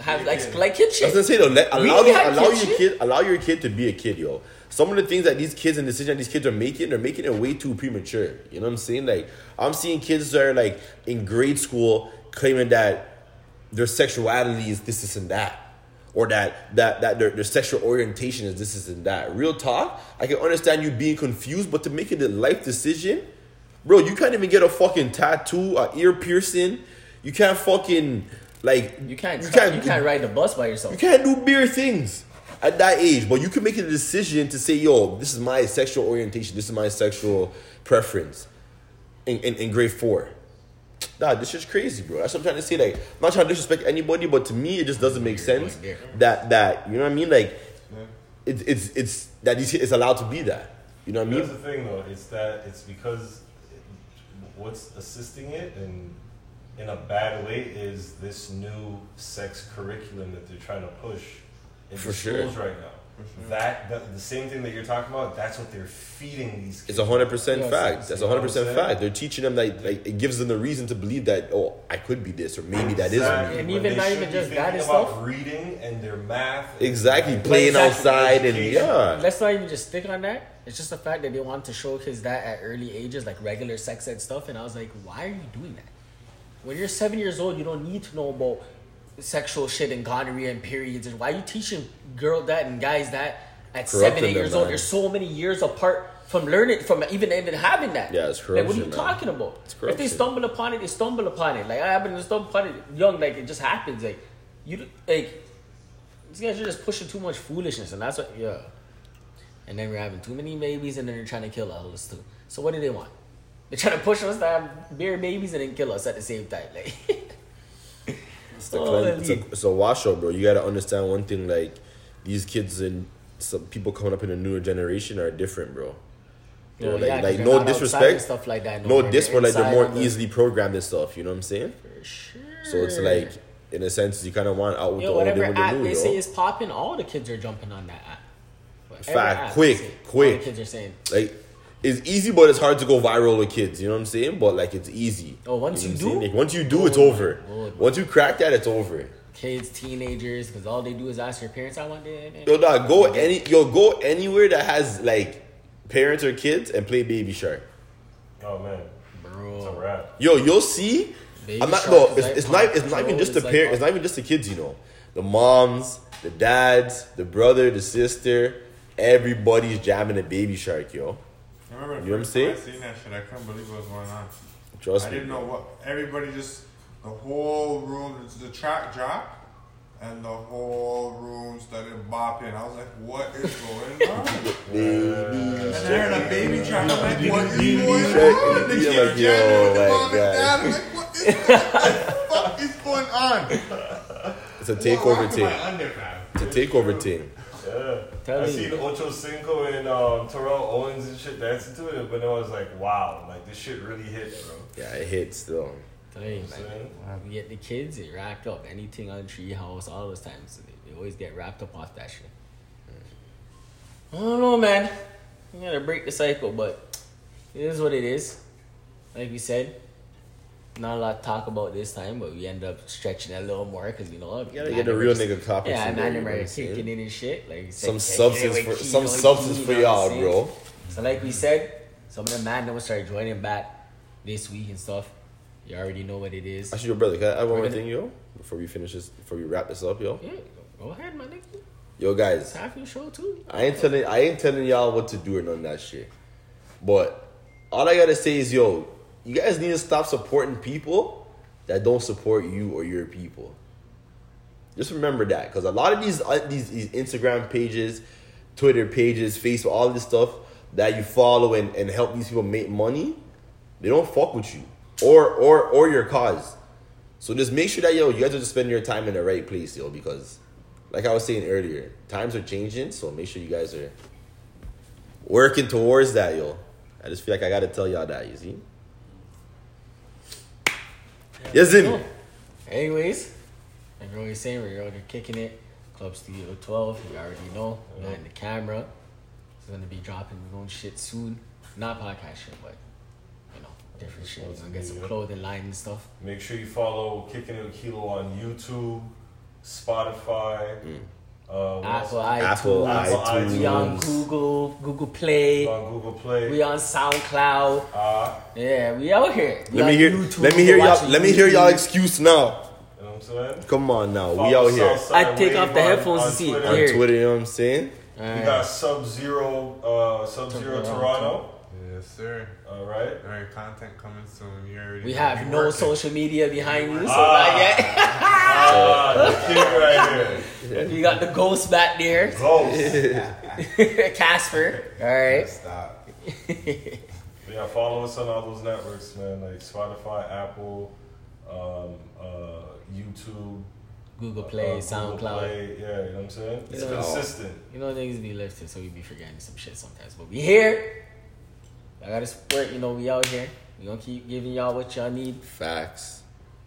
[SPEAKER 2] have like like kid shit.
[SPEAKER 1] That's what I'm saying though. Let,
[SPEAKER 2] We
[SPEAKER 1] allow
[SPEAKER 2] only
[SPEAKER 1] the,
[SPEAKER 2] had
[SPEAKER 1] allow
[SPEAKER 2] kid
[SPEAKER 1] your
[SPEAKER 2] shit.
[SPEAKER 1] kid allow your kid to be a kid, yo. Some of the things that these kids and decisions these kids are making, they're making it way too premature. You know what I'm saying? Like I'm seeing kids that are like in grade school claiming that their sexuality is this, this, and that. Or that that that their, their sexual orientation is this, this, and that. Real talk, I can understand you being confused, but to make it a life decision, bro, you can't even get a fucking tattoo, a ear piercing. You can't fucking like
[SPEAKER 2] You can't.
[SPEAKER 1] you
[SPEAKER 2] try-
[SPEAKER 1] can't,
[SPEAKER 2] you can't ride the bus by yourself.
[SPEAKER 1] you can't do bigger things at that age, but you can make a decision to say, yo, this is my sexual orientation, this is my sexual preference in, in, in grade four. Nah, this shit's crazy, bro. That's what I'm trying to say. Like, I'm not trying to disrespect anybody, but to me, it just doesn't make sense
[SPEAKER 2] going there.
[SPEAKER 1] that, that you know what I mean? Like, it's it's, it's, that these- it's allowed to be that. You know what I
[SPEAKER 5] That's
[SPEAKER 1] mean?
[SPEAKER 5] the thing, though. It's that it's because what's assisting it and in a bad way is this new sex curriculum that they're trying to push in
[SPEAKER 1] For sure.
[SPEAKER 5] schools right now. That, that the same thing that you're talking about. That's what they're feeding these kids.
[SPEAKER 1] It's a hundred percent
[SPEAKER 2] Yes,
[SPEAKER 1] fact. That's a hundred percent
[SPEAKER 5] you know what I'm
[SPEAKER 1] fact. They're teaching them that like it gives them the reason to believe that oh I could be this or maybe that is
[SPEAKER 5] Exactly.
[SPEAKER 1] me.
[SPEAKER 2] And
[SPEAKER 5] When
[SPEAKER 2] even
[SPEAKER 5] they
[SPEAKER 2] not
[SPEAKER 5] should
[SPEAKER 2] even
[SPEAKER 5] be
[SPEAKER 2] just
[SPEAKER 5] thinking
[SPEAKER 2] that and
[SPEAKER 5] about
[SPEAKER 2] stuff.
[SPEAKER 5] Reading and their math. and
[SPEAKER 1] Exactly,
[SPEAKER 5] their
[SPEAKER 1] playing
[SPEAKER 5] sexual
[SPEAKER 1] outside and
[SPEAKER 5] education.
[SPEAKER 1] yeah.
[SPEAKER 2] Let's not even just stick on that. It's just the fact that they want to show kids that at early ages, like regular sex ed stuff. And I was like, why are you doing that? When you're seven years old, you don't need to know about sexual shit and gonorrhea and periods. And why are you teaching girl that and guys that at seven,
[SPEAKER 1] Corrupting
[SPEAKER 2] eight
[SPEAKER 1] them,
[SPEAKER 2] years old?
[SPEAKER 1] man.
[SPEAKER 2] You're so many years apart from learning, from even even having that.
[SPEAKER 1] Yeah, it's
[SPEAKER 2] Like, what are you
[SPEAKER 1] corruption, man.
[SPEAKER 2] talking about?
[SPEAKER 1] It's
[SPEAKER 2] if they
[SPEAKER 1] corruption.
[SPEAKER 2] stumble upon it, they stumble upon it. Like I happen to stumble upon it young, like it just happens. Like you, like these guys are just pushing too much foolishness, and that's what yeah. And then we're having too many babies, and then they're trying to kill all of us too. So what do they want? They're trying to push us to have bear babies and then kill us at the same time. Like Oh,
[SPEAKER 1] It's a, clean- Oh, it's, a, it's a washout, bro. You gotta understand one thing: like these kids and some people coming up in the newer generation are different, bro.
[SPEAKER 2] Oh,
[SPEAKER 1] Bro, like, like no disrespect,
[SPEAKER 2] stuff like that.
[SPEAKER 1] no
[SPEAKER 2] more.
[SPEAKER 1] dis, but like they're
[SPEAKER 2] inside
[SPEAKER 1] more
[SPEAKER 2] of the-
[SPEAKER 1] easily programmed and stuff. You know what I'm saying?
[SPEAKER 2] For sure.
[SPEAKER 1] So it's like, in a sense, you kind of want out with
[SPEAKER 2] Hmm. Yo,
[SPEAKER 1] the old and
[SPEAKER 2] whatever
[SPEAKER 1] with the
[SPEAKER 2] app
[SPEAKER 1] new,
[SPEAKER 2] they
[SPEAKER 1] yo.
[SPEAKER 2] say is popping, all the kids are jumping on that app. Whatever
[SPEAKER 1] Fact,
[SPEAKER 2] app they
[SPEAKER 1] quick,
[SPEAKER 2] say, all
[SPEAKER 1] quick.
[SPEAKER 2] the kids are saying,
[SPEAKER 1] like it's easy, but it's hard to go viral with kids. You know what I'm saying? But like it's easy.
[SPEAKER 2] Oh, once
[SPEAKER 1] know
[SPEAKER 2] you
[SPEAKER 1] what I'm
[SPEAKER 2] do? Oh
[SPEAKER 1] saying? Like, once you do, it's over.
[SPEAKER 2] Lord.
[SPEAKER 1] Once you crack that, it's over.
[SPEAKER 2] kids, teenagers, because all they do is ask their parents, "I want this."
[SPEAKER 1] Yo, dog, go any, yo, go anywhere that has like parents or kids and play Baby Shark.
[SPEAKER 5] Oh man, it's a
[SPEAKER 2] bro.
[SPEAKER 5] wrap.
[SPEAKER 1] Yo, you'll see.
[SPEAKER 2] Baby
[SPEAKER 1] I'm not.
[SPEAKER 2] Shark
[SPEAKER 1] No,
[SPEAKER 2] is
[SPEAKER 1] it's,
[SPEAKER 2] like
[SPEAKER 1] it's
[SPEAKER 2] Paw
[SPEAKER 1] not. It's not even
[SPEAKER 2] Patrol,
[SPEAKER 1] just the
[SPEAKER 2] it's like
[SPEAKER 1] parent.
[SPEAKER 2] Paw-
[SPEAKER 1] It's not even just the kids. You know, the moms, the dads, the brother, the sister. Everybody's jamming a baby shark, yo.
[SPEAKER 3] I remember the
[SPEAKER 1] You know what I'm
[SPEAKER 3] first time
[SPEAKER 1] saying?
[SPEAKER 3] I seen that shit. I couldn't believe what was going on.
[SPEAKER 1] Trust
[SPEAKER 3] I
[SPEAKER 1] me.
[SPEAKER 3] didn't know what. Everybody just the whole room. The track dropped. And the whole room started bopping. I was like, "What is going on?" and I heard a baby track. I'm like, "What is going on?" And they
[SPEAKER 1] Yeah,
[SPEAKER 3] keep
[SPEAKER 1] like,
[SPEAKER 3] jamming with the
[SPEAKER 1] yo,
[SPEAKER 3] mom
[SPEAKER 1] my
[SPEAKER 3] and dad.
[SPEAKER 1] God.
[SPEAKER 3] I'm like, "What is what the fuck is going on?"
[SPEAKER 1] It's a
[SPEAKER 3] What
[SPEAKER 1] takeover
[SPEAKER 3] rock am
[SPEAKER 1] team.
[SPEAKER 3] I under, fam?
[SPEAKER 1] It's a takeover team.
[SPEAKER 5] Yeah.
[SPEAKER 2] Tell
[SPEAKER 5] I
[SPEAKER 2] me.
[SPEAKER 5] seen Ocho Cinco and um, Terrell Owens and shit dancing to it, but then I was like, wow, like this shit really hit, bro.
[SPEAKER 1] Yeah, it hits though.
[SPEAKER 2] Hey,
[SPEAKER 5] You know what I'm
[SPEAKER 2] man.
[SPEAKER 5] saying?
[SPEAKER 2] We get the kids it wrapped up. Anything on Treehouse, all those times, they, they always get wrapped up off that shit. Mm. I don't know, man. You gotta break the cycle, but it is what it is. Like we said, not a lot to talk about this time, but we end up stretching it a little more because you know.
[SPEAKER 1] You gotta get the real nigga topics.
[SPEAKER 2] Yeah,
[SPEAKER 1] in
[SPEAKER 2] man,
[SPEAKER 1] there,
[SPEAKER 2] I
[SPEAKER 1] you know
[SPEAKER 2] remember
[SPEAKER 1] what I'm saying?
[SPEAKER 2] kicking in and shit. Like
[SPEAKER 1] Some
[SPEAKER 2] said,
[SPEAKER 1] substance
[SPEAKER 2] yeah,
[SPEAKER 1] for
[SPEAKER 2] key,
[SPEAKER 1] some
[SPEAKER 2] you know,
[SPEAKER 1] substance
[SPEAKER 2] key,
[SPEAKER 1] for
[SPEAKER 2] you know what I'm
[SPEAKER 1] y'all,
[SPEAKER 2] saying?
[SPEAKER 1] bro.
[SPEAKER 2] So like we said, some of the man will start joining back this week and stuff. You already know what it is.
[SPEAKER 1] Actually, your brother, can I add one more
[SPEAKER 2] gonna-
[SPEAKER 1] thing, yo? Before we finish this, before we wrap this up, yo.
[SPEAKER 2] Yeah, go ahead, my nigga.
[SPEAKER 1] Yo, guys,
[SPEAKER 2] It's half your show too.
[SPEAKER 1] I ain't telling I ain't telling y'all what to do or none of that shit. But all I gotta say is, yo, you guys need to stop supporting people that don't support you or your people. Just remember that, because a lot of these uh, these these Instagram pages, Twitter pages, Facebook, all this stuff that you follow and, and help these people make money, they don't fuck with you or or or your cause. So just make sure that yo, you guys are just spending your time in the right place, yo, because like I was saying earlier, times are changing, so make sure you guys are working towards that, yo. I just feel like I gotta tell y'all that, you see? Yes, in.
[SPEAKER 2] Anyways, like we're always saying, we're already kicking it. Club Studio 12, you already know. Behind the camera. It's going to be dropping our own shit soon. Not podcast shit, but, you know, different shit. We're going to get some clothing line and stuff.
[SPEAKER 5] Make sure you follow Kicking It with Kilo on YouTube, Spotify,
[SPEAKER 2] Mm.
[SPEAKER 5] uh, what else?
[SPEAKER 1] Apple,
[SPEAKER 2] Apple, iTunes.
[SPEAKER 5] Apple,
[SPEAKER 1] iTunes.
[SPEAKER 2] We on
[SPEAKER 5] iTunes.
[SPEAKER 2] Google, Google Play.
[SPEAKER 5] on Google Play.
[SPEAKER 2] We on SoundCloud.
[SPEAKER 5] Ah,
[SPEAKER 2] Yeah, we out here. We
[SPEAKER 1] Let me
[SPEAKER 2] on
[SPEAKER 1] hear
[SPEAKER 2] YouTube,
[SPEAKER 1] let me hear
[SPEAKER 2] we're
[SPEAKER 1] y'all
[SPEAKER 2] watching
[SPEAKER 1] let me hear y'all
[SPEAKER 2] YouTube.
[SPEAKER 1] excuse now.
[SPEAKER 5] you know what I'm saying?
[SPEAKER 1] Come on now. We
[SPEAKER 5] Follow
[SPEAKER 1] out here.
[SPEAKER 5] Southside
[SPEAKER 2] I take off
[SPEAKER 5] Wave
[SPEAKER 2] the
[SPEAKER 5] on-
[SPEAKER 2] headphones
[SPEAKER 5] on
[SPEAKER 2] and see it.
[SPEAKER 5] Twitter.
[SPEAKER 1] On
[SPEAKER 2] Here.
[SPEAKER 1] Twitter, you know what I'm saying?
[SPEAKER 5] We
[SPEAKER 2] Alright.
[SPEAKER 5] got Sub Zero, uh, Sub Zero Toronto.
[SPEAKER 7] Yes, sir.
[SPEAKER 5] All right.
[SPEAKER 7] All right, content coming soon. You already
[SPEAKER 2] We
[SPEAKER 7] know.
[SPEAKER 2] have
[SPEAKER 7] We
[SPEAKER 2] no
[SPEAKER 7] working.
[SPEAKER 2] social media behind you, so
[SPEAKER 5] Ah.
[SPEAKER 2] not yet.
[SPEAKER 5] Ah, the kid right here.
[SPEAKER 2] You got the ghost back there,
[SPEAKER 5] Ghost.
[SPEAKER 2] Casper. All right.
[SPEAKER 7] Stop.
[SPEAKER 5] Yeah, follow us on all those networks, man. Like Spotify, Apple, um, uh, YouTube.
[SPEAKER 2] Oh, Google Play,
[SPEAKER 5] uh, Google
[SPEAKER 2] SoundCloud.
[SPEAKER 5] Play. Yeah, you know what I'm saying? It's
[SPEAKER 2] Yeah.
[SPEAKER 5] consistent.
[SPEAKER 2] You know niggas be lifted, so we be forgetting some shit sometimes. But we here. I gotta support. You know we out here. We gonna keep giving y'all what y'all need.
[SPEAKER 1] Facts.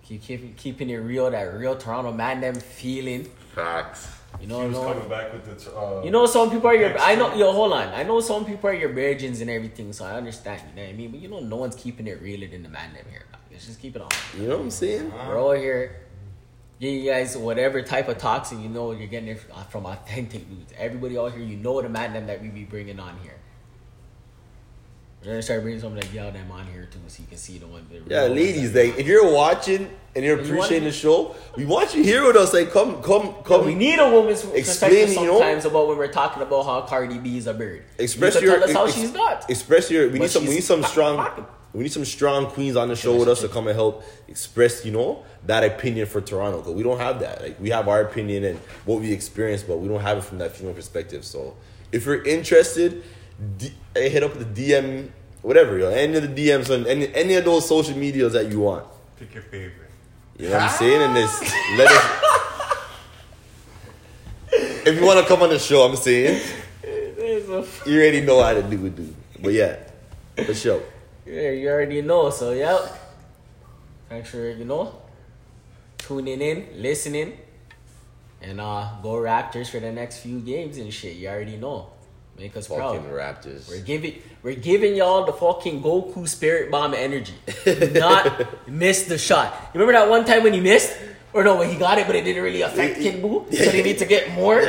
[SPEAKER 2] Keep keep keeping it real. That real Toronto man, them feeling.
[SPEAKER 1] Facts.
[SPEAKER 2] You
[SPEAKER 5] He
[SPEAKER 2] know.
[SPEAKER 5] was
[SPEAKER 2] know
[SPEAKER 5] coming back with the. Uh,
[SPEAKER 2] you know some people are your
[SPEAKER 5] Next
[SPEAKER 2] I know
[SPEAKER 5] time.
[SPEAKER 2] yo hold on I know some people are your virgins and everything so I understand you know what I mean but you know no one's keeping it realer than the man them here let's just keep it on
[SPEAKER 1] You know what I'm saying?
[SPEAKER 2] We're all here. Give you guys whatever type of toxin you know you're getting it from authentic dudes. Everybody out here, you know the madness that we be bringing on here. We're gonna start bringing some of that y'all them on here too, so you can see the one. The
[SPEAKER 1] Yeah,
[SPEAKER 2] real ones
[SPEAKER 1] ladies,
[SPEAKER 2] that-
[SPEAKER 1] like if you're watching and you're
[SPEAKER 2] If you wanna
[SPEAKER 1] appreciating
[SPEAKER 2] be-
[SPEAKER 1] the show, we want you here with us. Like come come come
[SPEAKER 2] we need a woman's perspective
[SPEAKER 1] Explain, you know?
[SPEAKER 2] sometimes about when we're talking about how Cardi B is a bird.
[SPEAKER 1] Express
[SPEAKER 2] you could
[SPEAKER 1] your-
[SPEAKER 2] tell us how
[SPEAKER 1] ex-
[SPEAKER 2] she's not.
[SPEAKER 1] express your we
[SPEAKER 2] But
[SPEAKER 1] need some we
[SPEAKER 2] she's
[SPEAKER 1] need some
[SPEAKER 2] pop-
[SPEAKER 1] strong
[SPEAKER 2] popping.
[SPEAKER 1] we need some strong queens on the show with us to come and help express you know that opinion for toronto because we don't have that like we have our opinion and what we experience but we don't have it from that female perspective so if you're interested D- eh, hit up the dm whatever yo, any of the dms on any, any of those social medias that you want
[SPEAKER 7] Pick your favorite.
[SPEAKER 1] you know what i'm saying and this let us if you want to come on the show i'm saying
[SPEAKER 2] There's a f-
[SPEAKER 1] you already know how to do it dude but yeah for sure
[SPEAKER 2] yeah, you already know, so yep. Thanks for you know tuning in, listening, and uh go Raptors for the next few games and shit. You already know. Make us
[SPEAKER 1] Fucking
[SPEAKER 2] proud.
[SPEAKER 1] Raptors.
[SPEAKER 2] We're giving we're giving y'all the fucking Goku spirit bomb energy. Do not miss the shot. You remember that one time when he missed? Or no, when he got it but it didn't really affect Kid Boo? So they need to get more?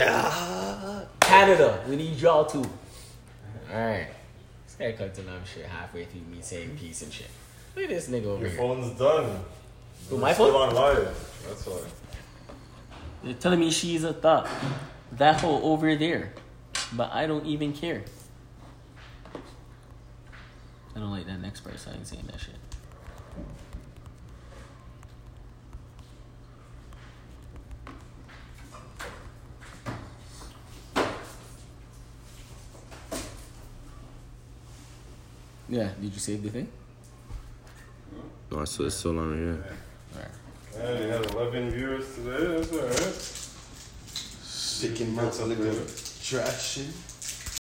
[SPEAKER 2] Canada, we need y'all too. Alright. This guy cuts and I'm shit halfway through me saying peace and shit. Look at this nigga over
[SPEAKER 5] Your
[SPEAKER 2] here.
[SPEAKER 5] phone's done.
[SPEAKER 2] Who,
[SPEAKER 5] We're
[SPEAKER 2] my
[SPEAKER 5] still
[SPEAKER 2] phone?
[SPEAKER 5] on live. That's why.
[SPEAKER 2] You're telling me she's a thought. That hole over there. But I don't even care. I don't like that next part, so I ain't saying that shit. Yeah, did you save the thing?
[SPEAKER 1] No, so Oh, it's still on here.
[SPEAKER 2] Alright.
[SPEAKER 5] Man, we had 11 viewers today. That's all right.
[SPEAKER 8] Sticking my tongue to traction.